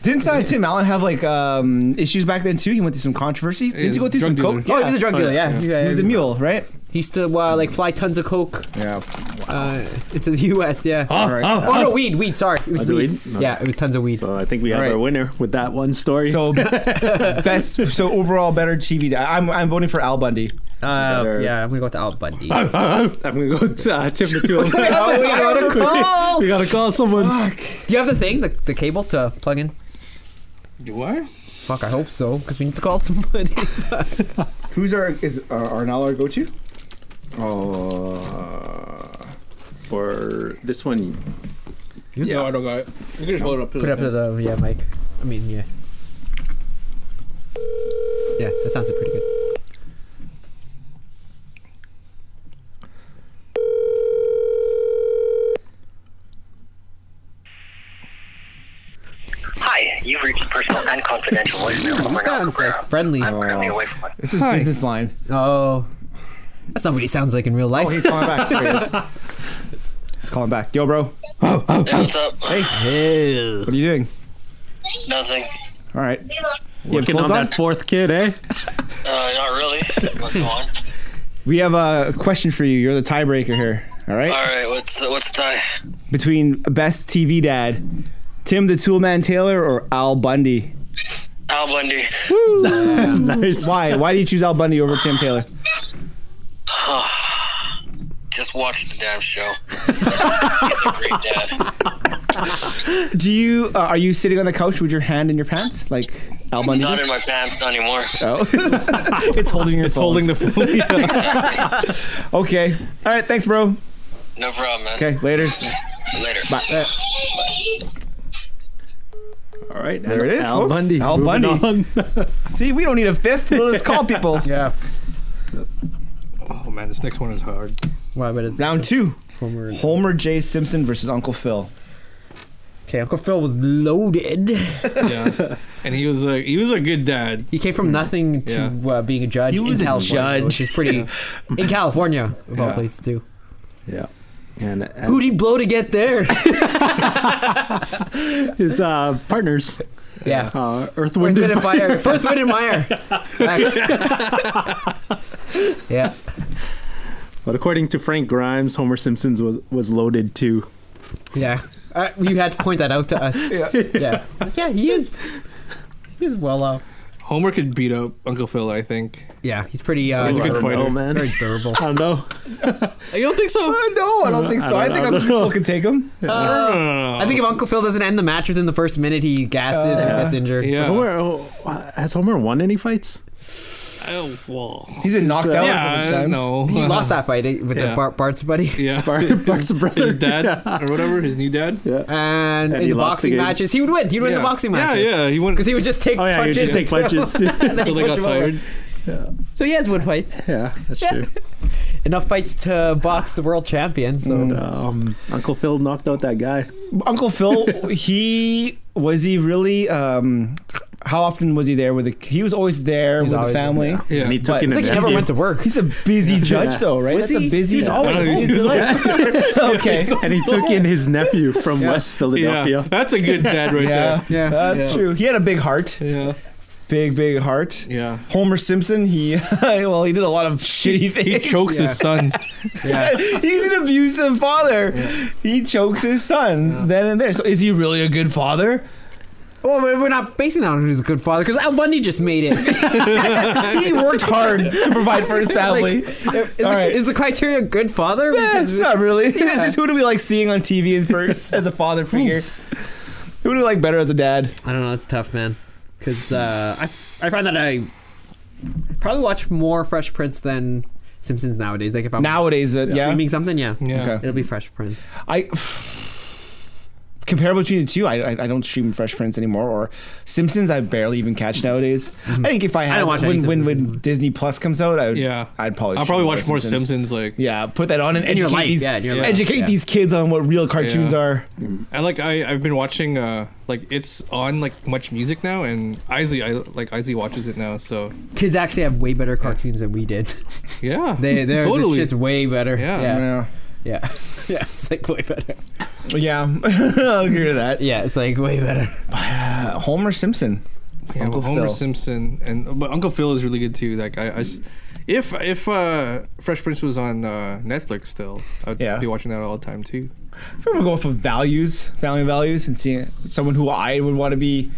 didn't uh, Tim Allen have like um, issues back then too? He went through some controversy. Didn't he
he's
go
a
through some
drug dealer.
coke?
Oh, he was a drug dealer. Yeah, yeah.
He was a
yeah.
mule, right?
He used to uh, like fly tons of coke
Yeah.
uh, into the U.S. Yeah.
Oh,
Alright.
oh,
Oh no, weed, weed. Sorry, it was,
Was it
weed.
weed?
Yeah, it was tons of weed.
So I think we have
Alright.
our winner with that one story.
So best. So overall, better TV. dad. I'm I'm voting for Al Bundy.
Uh,
Better-
yeah, I'm gonna go with Al Bundy.
I'm gonna go to, uh, Tim the Tool.
Oh, we gotta call.
we gotta call someone.
Fuck.
Do you have the thing, the, the cable to plug in?
Do I?
Fuck, I hope so, because we need to call somebody.
Who's our is uh, Arnal our go to? Oh.
Or this one.
Yeah, I don't got it. You can just hold it up.
Put it up to the yeah mic. I mean yeah. Yeah, that sounds pretty good.
Hi, you've reached personal and confidential voicemail
Oh
from
He
Ronaldo
sounds
Cabrera.
like friendly.
I'm currently away from my
This is business line.
Oh, that's not what he sounds like in real life.
Oh, he's calling back. Here he is. He's calling back. Yo, bro.
Hey, what's up?
What are you doing?
Nothing.
All right. You have
Working on
clothes
that fourth kid, eh?
Uh, not really. What's going on?
We have a question for you. You're the tiebreaker here. All right.
All right, what's what's the tie?
Between best TV dad, Tim the Toolman Taylor or Al Bundy?
Al Bundy.
Nice.
Why? Why do you choose Al Bundy over Tim Taylor?
Just watch the damn show. He's a great dad.
Do you uh, are you sitting on the couch with your hand in your pants like Al Bundy?
Not
did?
in my pants not anymore.
Oh. it's holding your. It's
Holding the phone. Yeah.
Okay. All right. Thanks, bro.
No problem, man.
Okay. Later.
Later.
Bye. Uh,
All right,
There it is,
Al
folks.
Bundy.
Al
Moving
Bundy.
on.
see, we don't need a fifth. We'll just call people.
yeah.
oh man, this next one is hard.
Why? But it's
Round two.
Homer. and-
Homer J. Simpson versus Uncle Phil.
Okay, Uncle Phil was loaded.
Yeah. and he was a he was a good dad.
He came from nothing to
Yeah.
uh, being a judge
He was a
in California,
judge.
which is pretty in California of all
Yeah.
places too.
yeah. And, and
Who'd he blow to get there?
his uh, partners,
yeah.
uh, Earth,
First
Wind,
wind
and
and fire. First wind and fire. yeah.
But according to Frank Grimes, Homer Simpson's was, was loaded too.
Yeah. Uh, you had to point that out to us. Yeah. Yeah. Like, yeah, he is. He is well off.
Homer could beat up Uncle Phil, I think.
Yeah, he's pretty. Uh,
He's a
I
good
don't
fighter.
know, man.
Very
I
durable.
don't know.
You don't think so?
Uh, no, I don't think so. I,
I don't-
think
I
Uncle
don't know.
Phil can take him.
no,
Uh,
no, no, no.
I think if Uncle Phil doesn't end the match within the first minute, he gasses and gets injured.
Yeah.
Homer, oh, has Homer won any fights?
Oh, well.
He's been knocked out a bunch of
Yeah,
times.
no.
He lost that fight eh, with the
Yeah.
Bar- Bart's buddy.
Yeah.
Bart's brother.
his dad or whatever, his new dad.
Yeah.
And,
And
in
he
the
lost
boxing
the games.
matches, he would win. He'd win
yeah.
the boxing matches.
Yeah, yeah. He went
Because he would just take
Oh yeah, you
punches.
just take
until-
punches.
until they
push
got
him over.
tired.
So he has won fights.
yeah, that's true.
Enough fights to box the world champion. So
Um, Uncle Phil knocked out that guy.
Uncle Phil, he was he really? Um, how often was he there with the? He was always there
He's
with the
always there,
family.
yeah.
Yeah.
And he took
But
in
it's
it's like he
an
never
F.
went to work.
He's a busy judge,
Yeah.
though, right?
Was
That's
he?
a busy.
He's always
I don't know,
He's
he's
like- okay.
and he took in his nephew from West
Yeah.
Philadelphia.
That's a good dad right
Yeah,
there.
yeah, that's true. He had a big heart,
Yeah.
big, big heart.
Yeah.
Homer Simpson, he well, he did a lot of shitty things.
He chokes his son.
He's an abusive father. He chokes his son then and there. So is he really a good father?
Well, we're we're not basing that on who's a good father because Al Bundy just made it.
he worked hard to provide for his family.
Is,
All
the,
right.
is the criteria good father?
Eh,
Because
not really. It's just who do we like seeing on TV as first as a father figure? Who do we like better as a dad?
I don't know. It's tough, man. Because uh, I I find that I probably watch more Fresh Prince than Simpsons nowadays. Like if I'm
Nowadays, it, yeah.
streaming something, yeah,
Yeah.
Okay.
it'll be Fresh Prince.
I compare between the two. I, I I don't stream Fresh Prince anymore or Simpsons. I barely even catch nowadays. I think if I had
don't watch any
when when, when
Simpsons.
Disney Plus comes out, I would,
Yeah.
I'd probably
I'll
stream
probably watch more Simpsons. Like,
Yeah, put that on and
In
educate
your life,
these
yeah, in your
yeah.
life.
educate
Yeah.
these kids on what real cartoons
Yeah.
are.
and like I, I've been watching. uh Like, it's on like much music now, and Izzy, I like Izzy watches it now. So
Kids actually have way better cartoons than we did.
yeah,
They they're
totally.
this shit's way better.
Yeah.
yeah,
Yeah,
yeah. Yeah, it's like way better.
yeah. I'll agree with that.
Yeah, it's like way better.
Uh, Homer Simpson. Uncle
Yeah, Uncle Homer
Phil.
Simpson and but Uncle Phil is really good too. Like I, I s- if if uh, Fresh Prince was on uh, Netflix still, I'd
Yeah.
be watching that all the time too.
If I'm gonna go off of values, family values, and seeing someone who I would want to be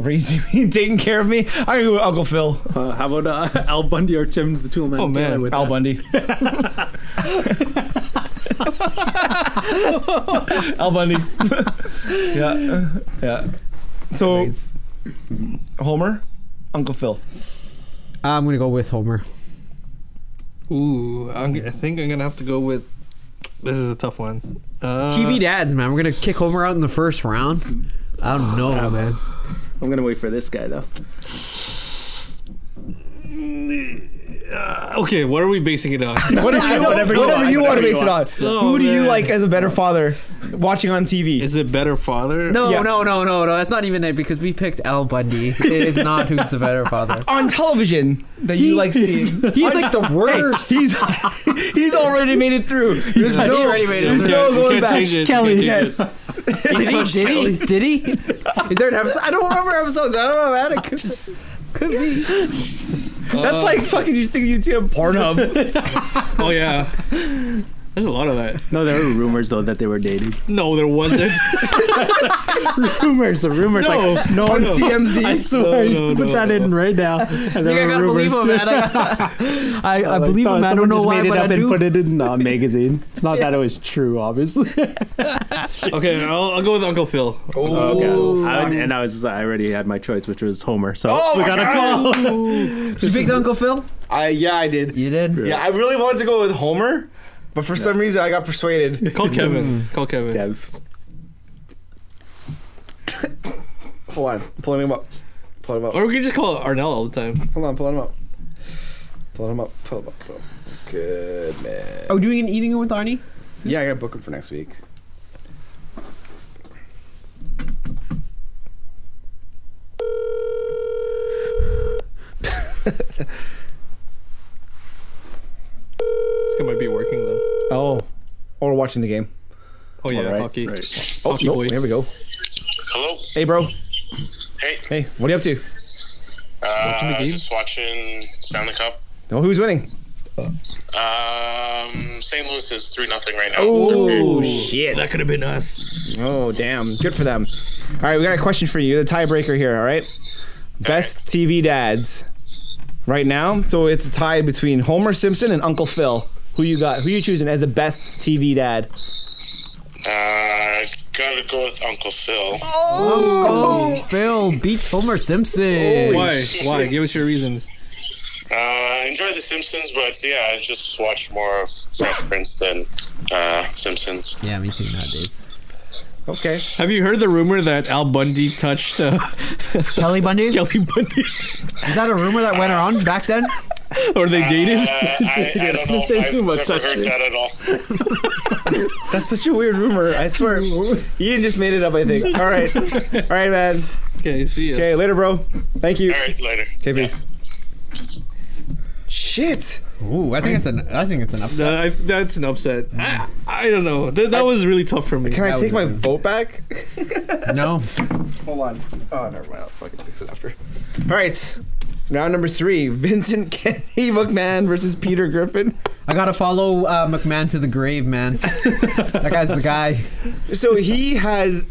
raising me and taking care of me, I go with Uncle Phil,
Uh, how about uh, Al Bundy or Tim the Toolman?
Oh, man.
Taylor with
Al
that?
Bundy. Al Bundy. yeah, yeah. So Homer, Uncle Phil.
Uh, I'm gonna go with Homer.
Ooh, I'm, I think I'm gonna have to go with. This is a tough one. Uh,
TV dads, man. We're gonna kick Homer out in the first round. I don't know, man.
I'm gonna wait for this guy though.
uh, okay, what are we basing it on?
Whatever you,
whatever you want,
want to
whatever
base
you
it on.
Oh,
who do you
man.
like as a
Oh.
better father watching on TV?
is it better father?
No,
Yeah.
no, no, no, no. That's not even it because we picked Al Bundy. It is not who's the better father.
on television that you like seeing.
He's like the worst.
He's he's already made it through. There's
Yeah.
no,
He's already made it
there's
through.
no
You
going
can't
back.
change it. You
Kelly,
can't
yeah.
did he? Did he? Did he? Is there an episode? I don't remember episodes. I don't know, man. It could, could be.
that's like fucking. You think you'd see a Pornhub?
Oh yeah, there's a lot of that.
No, there were rumors though that they were dating.
No, there wasn't.
rumors, rumors.
No,
like, no
on
one.
TMZ.
I swear,
no,
you put
no,
that
no.
in right now. And
I
there
gotta
were rumors.
believe him, man. I, I, I believe him. I don't know
just
why,
made it
but
up
I
and
do.
put it in a magazine. It's not that it was true, obviously.
okay, I'll, I'll go with Uncle Phil.
Oh,
Okay. I, and I was I already had my choice, which was Homer. So
Oh
we
my
got a
God.
call.
You picked Uncle Phil.
I yeah, I did.
You did.
Yeah, I really wanted to go with Homer, but for some reason I got persuaded.
Call Kevin. Call Kevin.
Dev.
Hold on, pulling him up. Pulling him up.
Or we could just call Arnell all the time.
Hold on, pulling him up. Pulling him up. Pull him up. Pull him up. Good man.
Oh, doing an eating it with Arnie.
Yeah, I gotta book him for next week.
This guy might be working though.
Oh, or watching the game.
Oh yeah,
Alright,
hockey.
Oh,
Hockey
no,
boy.
here we go.
Hello.
Hey, bro.
Hey.
Hey, what are you up to?
Uh,
the game?
Just watching Stanley Cup.
No, who's winning?
Um, St. Louis is three nothing right now.
Oh shit!
That could have been us.
Oh damn! Good for them. All right, we got a question for you. You're the tiebreaker here. All right. Best TV dads right now. So it's a tie between Homer Simpson and Uncle Phil. Who you got? Who you choosing as the best TV dad?
Uh, gotta go with Uncle Phil.
Oh, Phil beats Homer Simpson.
Why? Why? Give us your reason.
Uh, I enjoy The Simpsons, but yeah, I just watch more of Fresh Prince than uh, Simpsons.
Yeah, me too nowadays.
Okay.
Have you heard the rumor that Al Bundy touched uh,
Kelly Bundy?
Kelly Bundy,
Is that a rumor that went around back then?
or they
Uh,
dated?
I, I don't know.
Say
I've
too much,
never heard
actually.
that at all.
That's such a weird rumor. I swear. Ian just made it up, I think. All right. All right, man.
Okay, see ya.
Okay, later, bro. Thank you.
All right, later.
Okay, peace. Shit.
Ooh, I think it's an I think it's an upset.
Uh, I, that's an upset. I, I don't know. Th- that was really tough for me.
Can I
That
take
was
my
good.
vote back?
No.
Hold on. Oh, never mind. I'll fucking fix it after. All right. Round number three Vincent Kennedy McMahon versus Peter Griffin.
I gotta follow uh, McMahon to the grave, man. that guy's the guy.
So he has.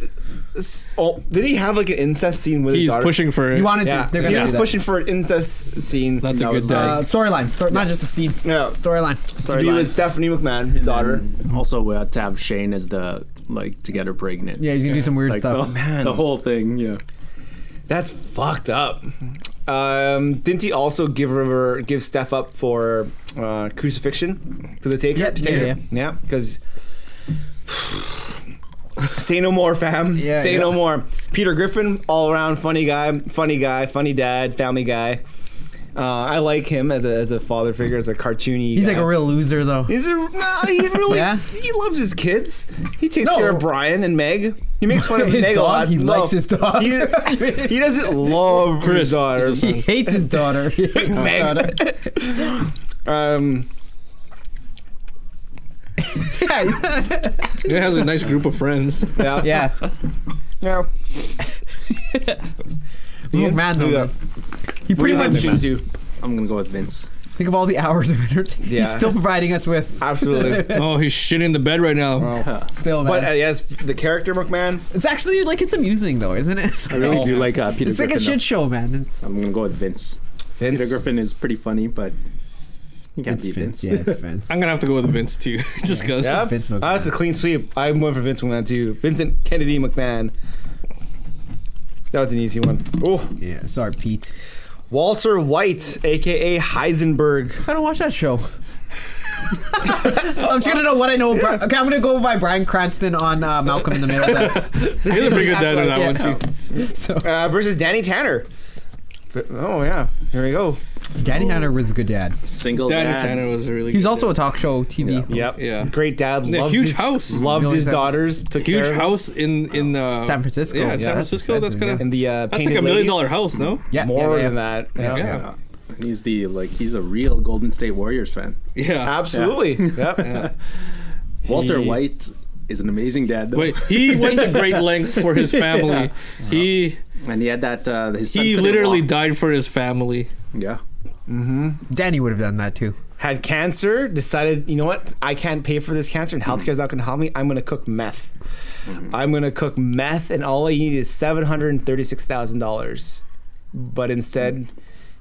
s- Oh, did he have like an incest scene with his
He's
daughter?
pushing for it.
You wanted
Yeah,
to. They're gonna
he
do
was
that.
pushing for an incest scene.
That's
That
a
was
good
like-
Uh, storyline, story, not just a scene.
Yeah.
Storyline.
To be with
Storyline.
Stephanie McMahon, his daughter.
Also, we had to have Shane as the like to get her pregnant.
Yeah, he's gonna do some weird
like
stuff.
the, the whole thing. Yeah,
That's fucked up. Um, didn't he also give her give Steph up for uh, crucifixion to the taker?
Yeah, yeah,
taker?
yeah.
Because say no more, fam.
Yeah,
say
yeah.
no more. Peter Griffin, all around funny guy, funny guy, funny dad, family guy. Uh, I like him as a, as a father figure, as a cartoony.
He's
guy.
like a real loser, though.
He's a, no, he really
Yeah?
he loves his kids. He takes
No.
care of Brian and Meg. He makes fun of
His
Meg a
dog,
lot.
he
No.
likes his dog.
He, he doesn't love his
Chris.
daughter.
He hates his daughter. He hates his
Meg.
daughter.
Um,
It has a nice group of friends.
yeah,
yeah.
yeah.
McMahon, though.
Yeah.
man. He pretty
What do
much.
you choose you?
I'm gonna go with Vince.
Think of all the hours of entertainment.
Yeah.
He's still providing us with.
Absolutely.
oh, he's shitting in the bed right now.
Still, man.
But uh, yes, the character McMahon.
it's actually like it's amusing, though, isn't it?
I really do like uh, Peter.
It's like a
Griffin,
shit show, man. It's,
though. I'm gonna go with Vince. Peter
Vince.
Griffin is pretty funny, but you can't beat Vince.
Vince.
I'm gonna have to go with Vince too, just because.
Yeah,
Vince
oh,
McMahon.
that's a clean sweep. I went for Vince McMahon too. Vincent Kennedy McMahon. That was an easy one. Oh,
Yeah. Sorry, Pete.
Walter White, aka Heisenberg.
I don't watch that show. I'm just gonna know what I know. About, okay, I'm gonna go by Brian Cranston on uh, Malcolm in the Middle. Then.
He's a pretty good dad in that one too.
So
uh, versus Danny Tanner. But- Oh yeah, here we go.
Danny Tanner was a good dad.
Single
Danny
dad.
Tanner was a really.
He was
good
also a
dad.
talk show TV.
Yep.
Yeah.
Great dad.
Yeah,
Loved
huge
his,
house.
Loved
No,
his
exactly.
daughters. Took
huge
care of
house in in uh,
San Francisco.
Yeah, in
Yeah,
San
that's
Francisco. That's
expensive,
kind
yeah.
of
And the uh,
that's like
painted
a million
ladies.
dollar house, no?
Yeah,
More
yeah, yeah.
than that. Yeah.
Yeah.
And he's the like he's a real Golden State Warriors fan.
Yeah.
Absolutely. Yep.
Walter
He-
White is an amazing dad, though.
Wait, he went to great lengths for his family. He
and he had that uh, his son
he
couldn't
literally
walk.
died for his family.
yeah.
Danny would have done that too.
Had cancer. Decided, you know what? I can't pay for this cancer, and healthcare's not going to help me. I'm going to cook meth.
Mm-hmm.
I'm going to cook meth, and all I need is seven hundred and thirty-six thousand dollars. But instead,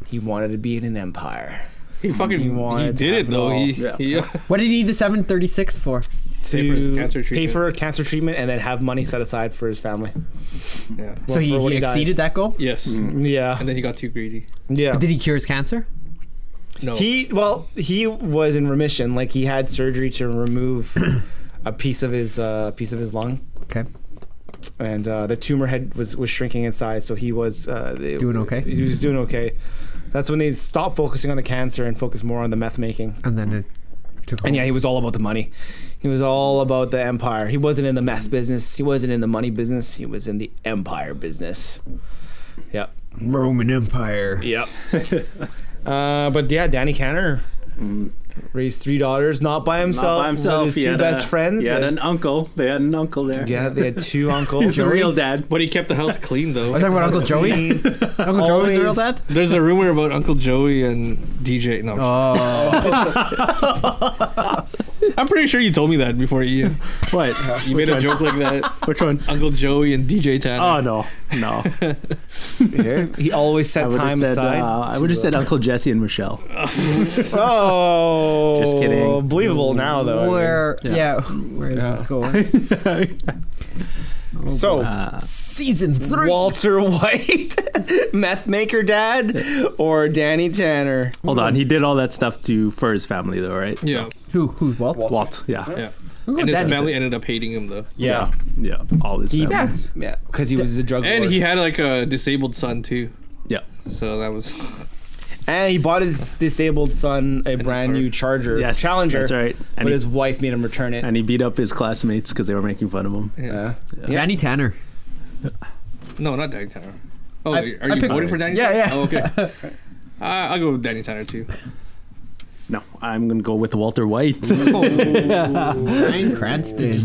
he wanted to be in an empire.
He fucking
He
he,
wanted to
did
have
it
it
though. He,
all.
he
What did he need the 736 for?
Pay for his
to
cancer
Pay
treatment.
for cancer treatment and then have money set aside for his family.
yeah.
so he,
for what
he
he does.
exceeded that goal.
yes.
Yeah.
And then he got too greedy.
Yeah.
Did he cure his cancer?
No.
He well, he was in remission. Like he had surgery to remove a piece of his uh, piece of his lung,
Okay.
and uh, the tumor had was, was shrinking in size. So he was uh, they-
Doing okay?
He was doing okay. That's when they stopped focusing on the cancer and focused more on the meth making.
And then it took.
And yeah,
hold.
he was all about the money. He was all about the empire. He wasn't in the meth business. He wasn't in the money business. He was in the empire business. Yep.
Roman Empire.
Yep. uh, but yeah, Danny Canner raised three daughters, not by
Mm. Not
himself,
by himself.
with his
he
two
had
best
a,
friends.
He had
Yeah,
an uncle. They had an uncle there.
yeah, they had two
he's
uncles.
a real dad.
but he kept the house clean though.
Are you talking about Uncle Joey? Uncle Joey was the real
Always-
dad?
There's a rumor
Oh.
about Uncle Joey and DJ. No.
Oh.
I'm pretty sure you told me that before, Ian.
What?
You made a joke like that.
Which one?
Uncle Joey and DJ Tanner.
Oh no, no.
He always
I
set
would have
time
said, uh,
aside.
I would have said Uncle Jesse and Michelle.
oh,
Just kidding.
Believable now though. I mean.
Where?
Yeah.
yeah. Where is this going?
so
uh,
Season three.
Walter White, meth maker dad, or Danny Tanner?
Hold on, he did all that stuff to for his family though, right?
Yeah,
Who? Who? Walt.
Walt, yeah,
yeah.
Who
And his
Danny?
family ended up hating him though.
Yeah,
yeah, all his family.
Yeah.
yeah, because he was a drug
And
lord.
he had like a disabled son too.
yeah.
So that was
and he bought his disabled son a brand new Charger
Yes,
Challenger.
That's right.
But
And he,
his wife made him return it.
and he beat up his classmates because they were making fun of him.
yeah.
Danny Tanner.
no, not Danny Tanner. Oh,
I-
are you
I picked-
voting for Danny?
Yeah,
Tanner?
yeah.
Oh, okay. uh, I'll go with Danny Tanner too.
No, I'm gonna go with Walter White.
Brian Cranston.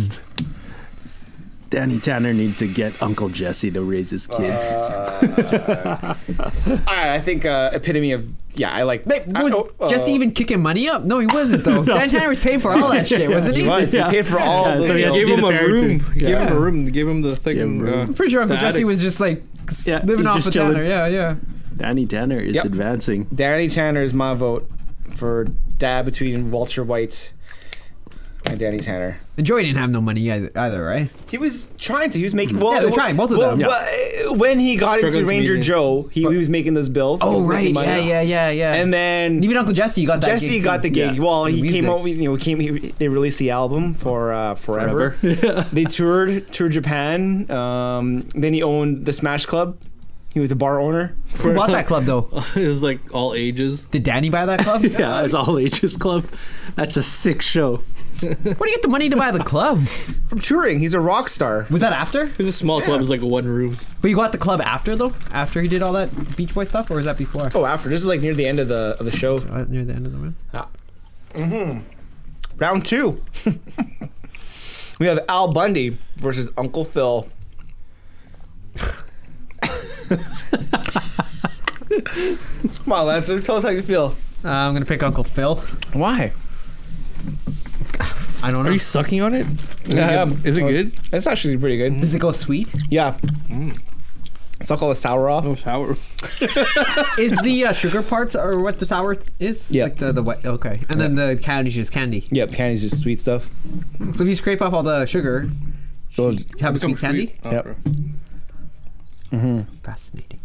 Danny Tanner needs to get Uncle Jesse to raise his kids.
Uh, All right, I think uh, epitome of yeah. I like.
Wait,
I-
was
oh, uh,
Jesse even kicking money up? No, he wasn't though. Dan Tanner was paying for all that shit, wasn't he?
He was. He paid for all.
Yeah,
the
so he had
meals.
to
Give
do
him
the
a room.
parenting.
Give him
Yeah.
a room. Give him the thing.
him room.
uh,
Pretty sure Uncle
The
Jesse
attic.
was just like s-
Yeah,
living
he's
off
just
of
chilling.
Tanner. Yeah, yeah.
Danny Tanner is
Yep.
advancing.
Danny Tanner is my vote for dad between Walter White and Danny Tanner.
And Joey didn't have no money either, either right?
He was trying to. He was making. Well,
Mhm. Yeah, they're trying, both of
well,
them. Yeah.
well, uh, when he got
Struggling
into Ranger
comedian.
Joe, he, was making those bills. He
Oh,
was
right.
making money.
Yeah, yeah, yeah, yeah.
And then
even Uncle Jesse got that.
Jesse
gig,
got the
too.
gig.
Yeah.
Well, he
The
came
music.
out. with- You know, came. He, they released the album for uh, Forever. they toured toured Japan. Um, then he owned the Smash Club. He was a bar owner.
Who bought that club though?
it was like all ages.
Did Danny buy that club? Where
Yeah, it's all ages club. That's a sick show.
do you get the money to buy the club?
From touring, he's a rock star.
Was that after?
It was a small club. It was like one room.
But you got the club after though? After he did all that Beach Boy stuff, or was that before?
Oh, after this is like near the end of the of the show. Mm-hmm.
Uh, Near the end of the round.
Round two. we have Al Bundy versus Uncle Phil. Come on, Lancer. Tell us how you feel.
Uh, I'm gonna pick Uncle Phil.
Why?
I don't know.
sucking on it? Is
Yeah, I
it
am.
good? Is it
Oh,
good?
That's actually pretty good.
Does it go sweet?
Yeah. Suck all the sour off.
Oh, sour.
is the uh, sugar parts or what the sour th- is?
Yeah.
Like the, the white. Okay. And then the candy's just candy.
Yep, candy's just sweet stuff.
So if you scrape off all the sugar,
So,
you have a sweet candy.
Oh,
Yep.
bro.
Fascinating.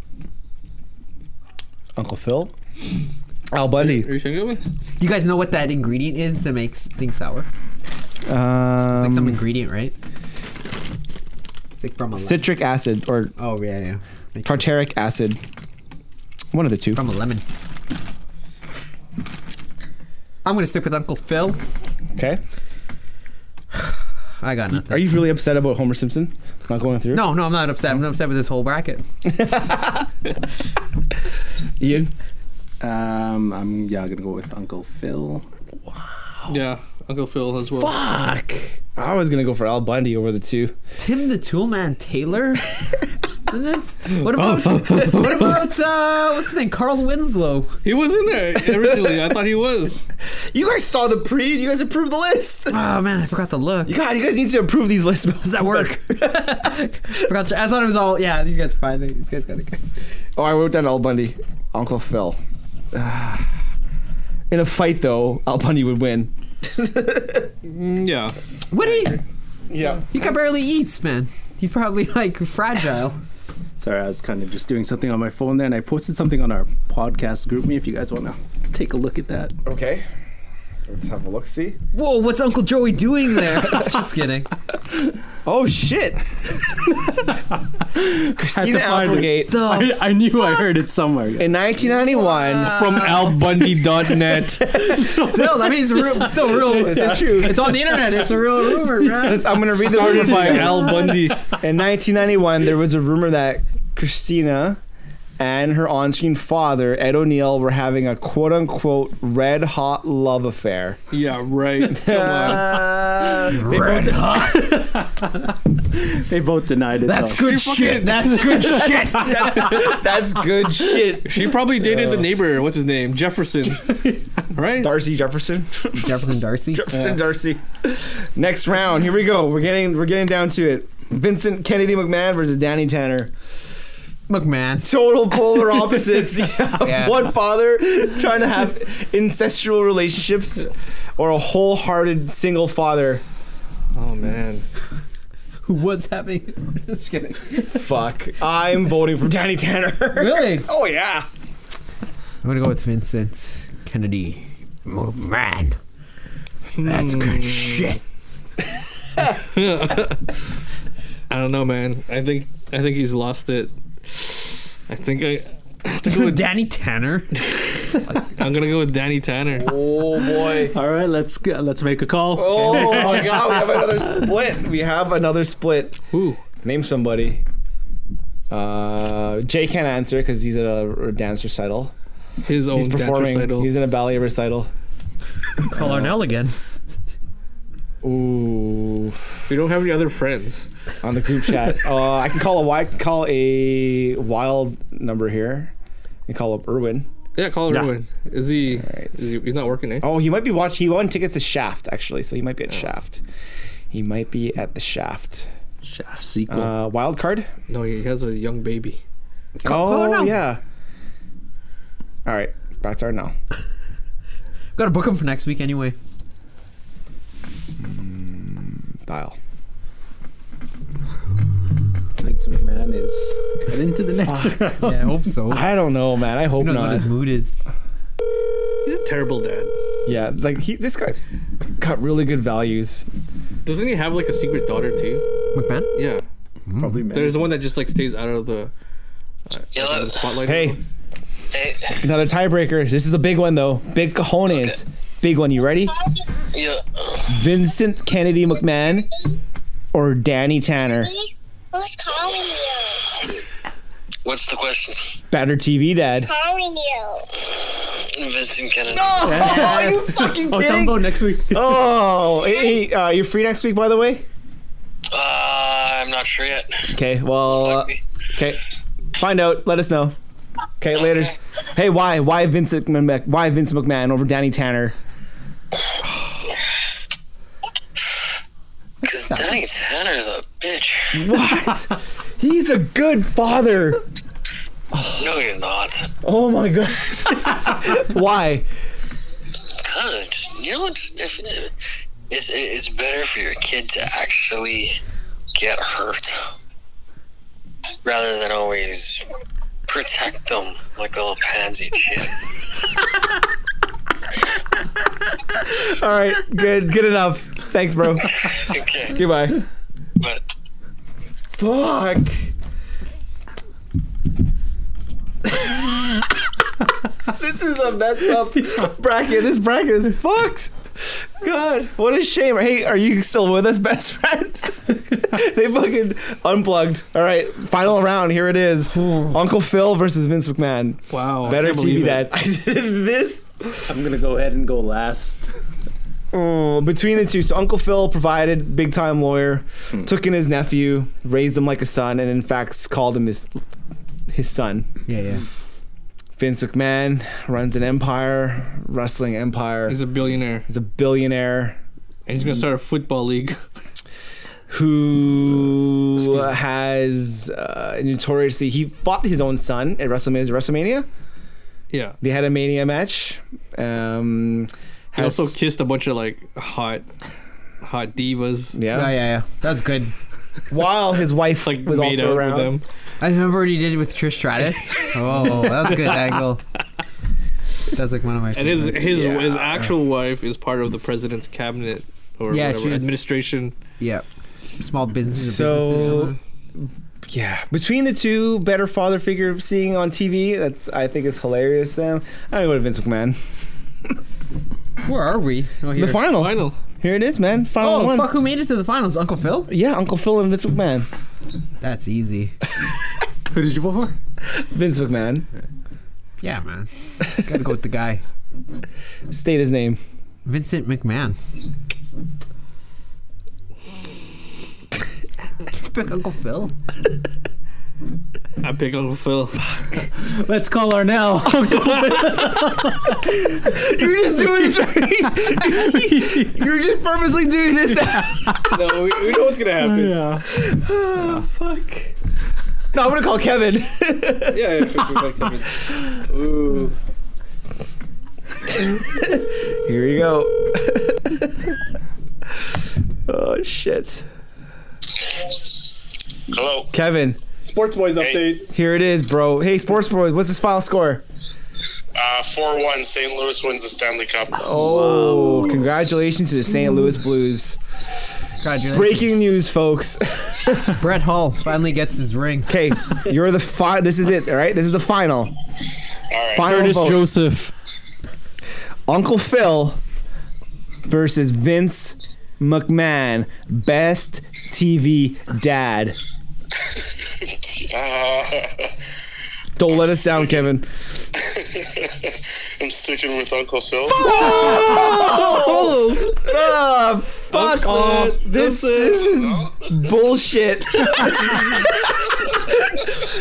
Uncle Phil. Al Bundy.
Are you saying good one?
You guys know what that ingredient is that makes things sour? It's like some
Um,
ingredient, right? It's like from a lemon.
citric acid or
Oh yeah, yeah. Like
tartaric acid. One of the two.
from a lemon. I'm gonna stick with Uncle Phil.
Okay.
I got nothing.
Are you really upset about Homer Simpson not going through?
No, no, I'm not upset. I'm not upset with this whole bracket.
Ian?
Um, I'm yeah gonna go with Uncle Phil.
Yeah, Uncle Phil as well.
Fuck. I was gonna go for Al Bundy over the two.
Tim the Tool Man Taylor? Isn't this- What about what about uh, what's his name? Carl Winslow.
He was in there originally. I thought he was.
You guys saw the pre. You guys approved the list.
Oh man, I forgot to look.
You God, you guys need to approve these lists.
Does that work? forgot to, I thought it was all. Yeah, these guys are fine. These guys gotta go.
Oh, I wrote down Al Bundy, Uncle Phil. In a fight, though, Al Bundy would win.
Mm, Yeah.
What he?
Yeah.
He can barely eats, man. He's probably like fragile.
Sorry, I was kind of just doing something on my phone there, and I posted something on our podcast group me. If you guys want to take a look at that,
Okay. Let's have a look. See.
Whoa, what's Uncle Joey doing there? Just kidding.
Oh shit. Christina
find it.
Applegate
The
I, I knew I heard it somewhere.
in 1991.
From albundy.net.
no, that means real, still real.
It's the truth.
It's on the internet. It's a real rumor, man.
I'm gonna read the
Started
rumor
by
to you.
Al Bundy.
In 1991, there was a rumor that Christina and her on screen father, Ed O'Neill, were having a quote unquote red hot love affair.
Yeah, right. Come on.
Red hot.
They both denied it.
That's
though.
good
fucking-
shit. That's good shit.
That's good shit.
She probably dated the neighbor. What's his name? Jefferson. right.
Darcy Jefferson.
Jefferson Darcy.
Jefferson Darcy. Next round. Here we go. We're getting we're getting down to it. Vincent Kennedy McMahon versus Danny Tanner.
McMahon.
Total polar opposites. You have
Yeah.
One father trying to have incestual relationships, or a wholehearted single father.
Oh man.
Who was having? Just kidding.
Fuck. I'm voting for Danny Tanner.
Really?
Oh yeah.
I'm gonna go with Vincent Kennedy. McMahon. That's good shit.
I don't know, man. I think I think he's lost it. I think I. I have to go with,
Danny Tanner.
I'm gonna go with Danny Tanner.
Oh boy.
All right, let's go, let's make a call.
Oh my god, we have another split. We have another split.
Ooh.
Name somebody. Uh, Jay can't answer because he's at a dance recital.
His own
He's
Oh, dance
performing.
recital.
He's in a ballet recital.
Call
Oh.
Arnell again.
Ooh,
we don't have any other friends.
on the group chat. Uh, I can call a wi- call a wild number here. And call up Irwin.
Yeah, call
Nah.
everyone. Is he,
right.
is he? He's not working, eh?
Oh, he might be watching. He won tickets to Shaft actually, so he might be at
Oh.
Shaft. He might be at the Shaft.
Shaft sequel.
Uh, wild card.
No, he has a young baby.
oh
call her now.
yeah. All right, back to our now.
Gotta book him for next week anyway.
Dial.
Vincent McMahon is into the next round.
Yeah, I hope so.
I don't know, man. I hope
Who knows what
not.
his mood is?
He's a terrible dad.
Yeah, like he, this guy got really good values.
Doesn't he have like a secret daughter too?
McMahon?
Yeah.
Probably man.
There's the one that just like stays out of the, uh,
Yeah,
out of the
let-
spotlight.
Hey,
Hey,
another tiebreaker. This is a big one though. Big cojones. Big one. You ready?
yeah.
Vincent Kennedy McMahon or Danny Tanner?
Who's calling you?
What's the question?
Better TV dad.
Calling you.
Vincent Kennedy.
Oh, you fucking
Oh, Dumbo next week.
Oh, hey, hey, uh, you're free next week, by the way.
Uh, I'm not sure yet.
Okay, well, uh,
Lucky.
okay. Find out. Let us know. Okay, later. Hey, why, why Vincent, Mc- why Vincent McMahon over Danny Tanner?
Because Danny Tanner's a bitch.
What? He's a good father.
No, he's not.
Oh my god. Why?
Because, you know, it's, if, it's, it's better for your kid to actually get hurt rather than always protect them like a little pansy shit.
All right, good, good enough. Thanks, bro.
Okay,
Goodbye.
but
Fuck. this is a messed up bracket. This bracket is fucked. God, what a shame. Hey, are you still with us, best friends? they fucking unplugged. All right, final round. Here it is.
Oh.
Uncle Phil versus Vince McMahon.
Wow.
Better
I can't
TV
believe it.
dad. I did this
I'm gonna go ahead and go last.
Oh, between the two, so Uncle Phil provided big time lawyer,
Hmm.
took in his nephew, raised him like a son, and in fact called him his his son.
Yeah, yeah.
Vince McMahon runs an empire, wrestling empire.
He's a billionaire,
He's a billionaire
and he's gonna start a football league.
who has uh, notoriously he fought his own son at WrestleMania. WrestleMania.
yeah.
They had a Mania match. Um,
He
has-
also kissed a bunch of like hot, hot divas.
yeah.
Oh, Yeah, yeah, yeah. That's good.
While his wife
Like
was
made
also
out
around.
with them.
I remember what he did with Trish Stratus. Oh, that was a good angle. That's like one of my.
And his
favorite.
his
Yeah.
his actual wife is part of the president's cabinet or
Yeah,
whatever
she's-
administration.
yeah, small business.
So,
businesses.
yeah, between the two, better father figure seeing on TV. That's I think is hilarious. Them, I go to Vince McMahon.
where are we? Oh, here.
The final,
Final.
here it is, man. Final
Oh
one.
fuck! Who made it to the finals? Uncle Phil?
Yeah, Uncle Phil and Vince McMahon.
That's easy.
Who did you vote for?
Vince McMahon.
Yeah, man. Gotta go with the guy,
State his name.
Vincent McMahon. Pick Uncle Phil.
I pick Uncle Phil.
Let's call Arnell.
You're just doing You're just purposely doing this.
no, we, we know what's gonna happen. Yeah,
yeah.
Oh, Fuck. No, I'm gonna call Kevin.
yeah, pick, pick, pick, pick. Ooh.
Here you go. oh shit,
Hello.
Kevin.
Sports boys update.
Here it is, bro. Hey, sports bros, what's this final score?
Uh, 4 1, St. Louis wins the Stanley Cup.
Oh, congratulations to the St. Louis Blues. Breaking news, folks.
Brett Hall finally gets his ring.
Okay, you're the final. This is it. All right, this is the final.
All right.
Final
Curtis
vote.
Joseph.
Uncle Phil versus Vince McMahon, best TV dad. Don't let us down, Kevin.
I'm sticking with Uncle Phil.
Oh, ah, fuck off. This, this is bullshit.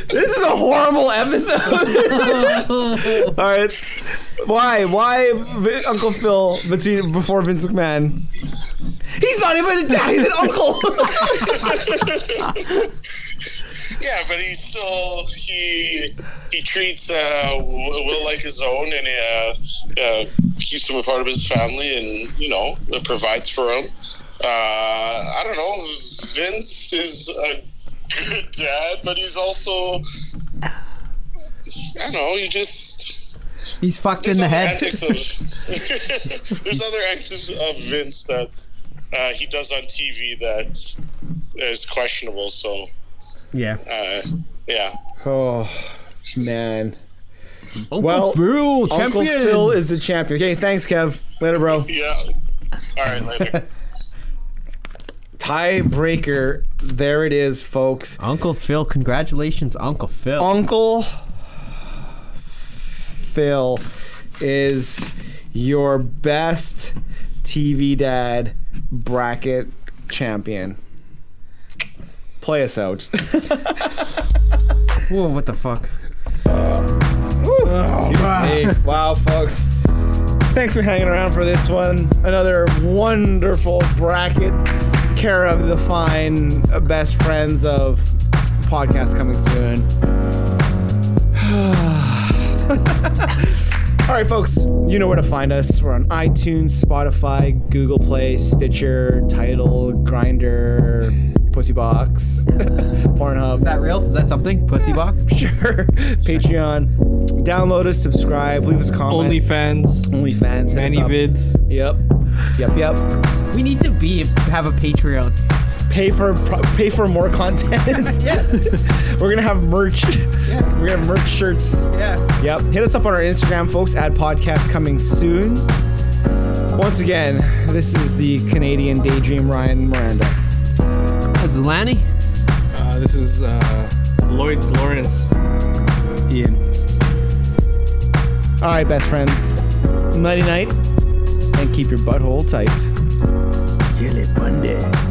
this is a horrible episode. All right. Why? Why Vi- Uncle Phil between before Vince McMahon? He's not even a dad. He's an uncle.
Yeah, but he still he he treats uh, Will- Will like his own, and uh, uh, keeps him a part of his family, and you know provides for him. Uh, I don't know. Vince is a good dad, but he's also I don't know. He just
He's fucked in the
other
head.
antics of, there's other antics of Vince that uh, he does on TV that is questionable. So
Yeah.
uh, yeah.
oh man.
Uncle
Well,
Phil,
Uncle
champion.
Phil is the champion. Okay, thanks, Kev. Later, bro.
Yeah. All right, later.
Tiebreaker. There it is, folks.
Uncle Phil, congratulations, Uncle Phil.
Oh. Uncle Phil is your best TV dad bracket champion. Play us out.
Whoa, what the fuck?
Hey, wow, folks. Thanks for hanging around for this one. Another wonderful bracket. Care of the fine uh, best friends of podcast coming soon. All right, folks, you know where to find us. We're on iTunes, Spotify, Google Play, Stitcher, Title, Grinder, Pussy Box, Pornhub
Is that real? Is that something? Pussy box?
sure. Patreon. Download us, subscribe, leave us a comment.
OnlyFans.
OnlyFans. hit us
Manny
up.
vids.
Yep. Yep. Yep.
We need to be have a Patreon.
Pay for pro- pay for more content.
Yeah.
We're gonna have merch. We're gonna have merch shirts.
Yeah.
Yep. Hit us up on our Instagram, folks. Ad podcast coming soon. Once again, this is the Canadian Daydream Ryan Miranda.
This is Lanny.
Uh, this is uh, Lloyd Lawrence. Ian.
All right, best friends. Nighty night, and keep your butthole tight. Till Monday.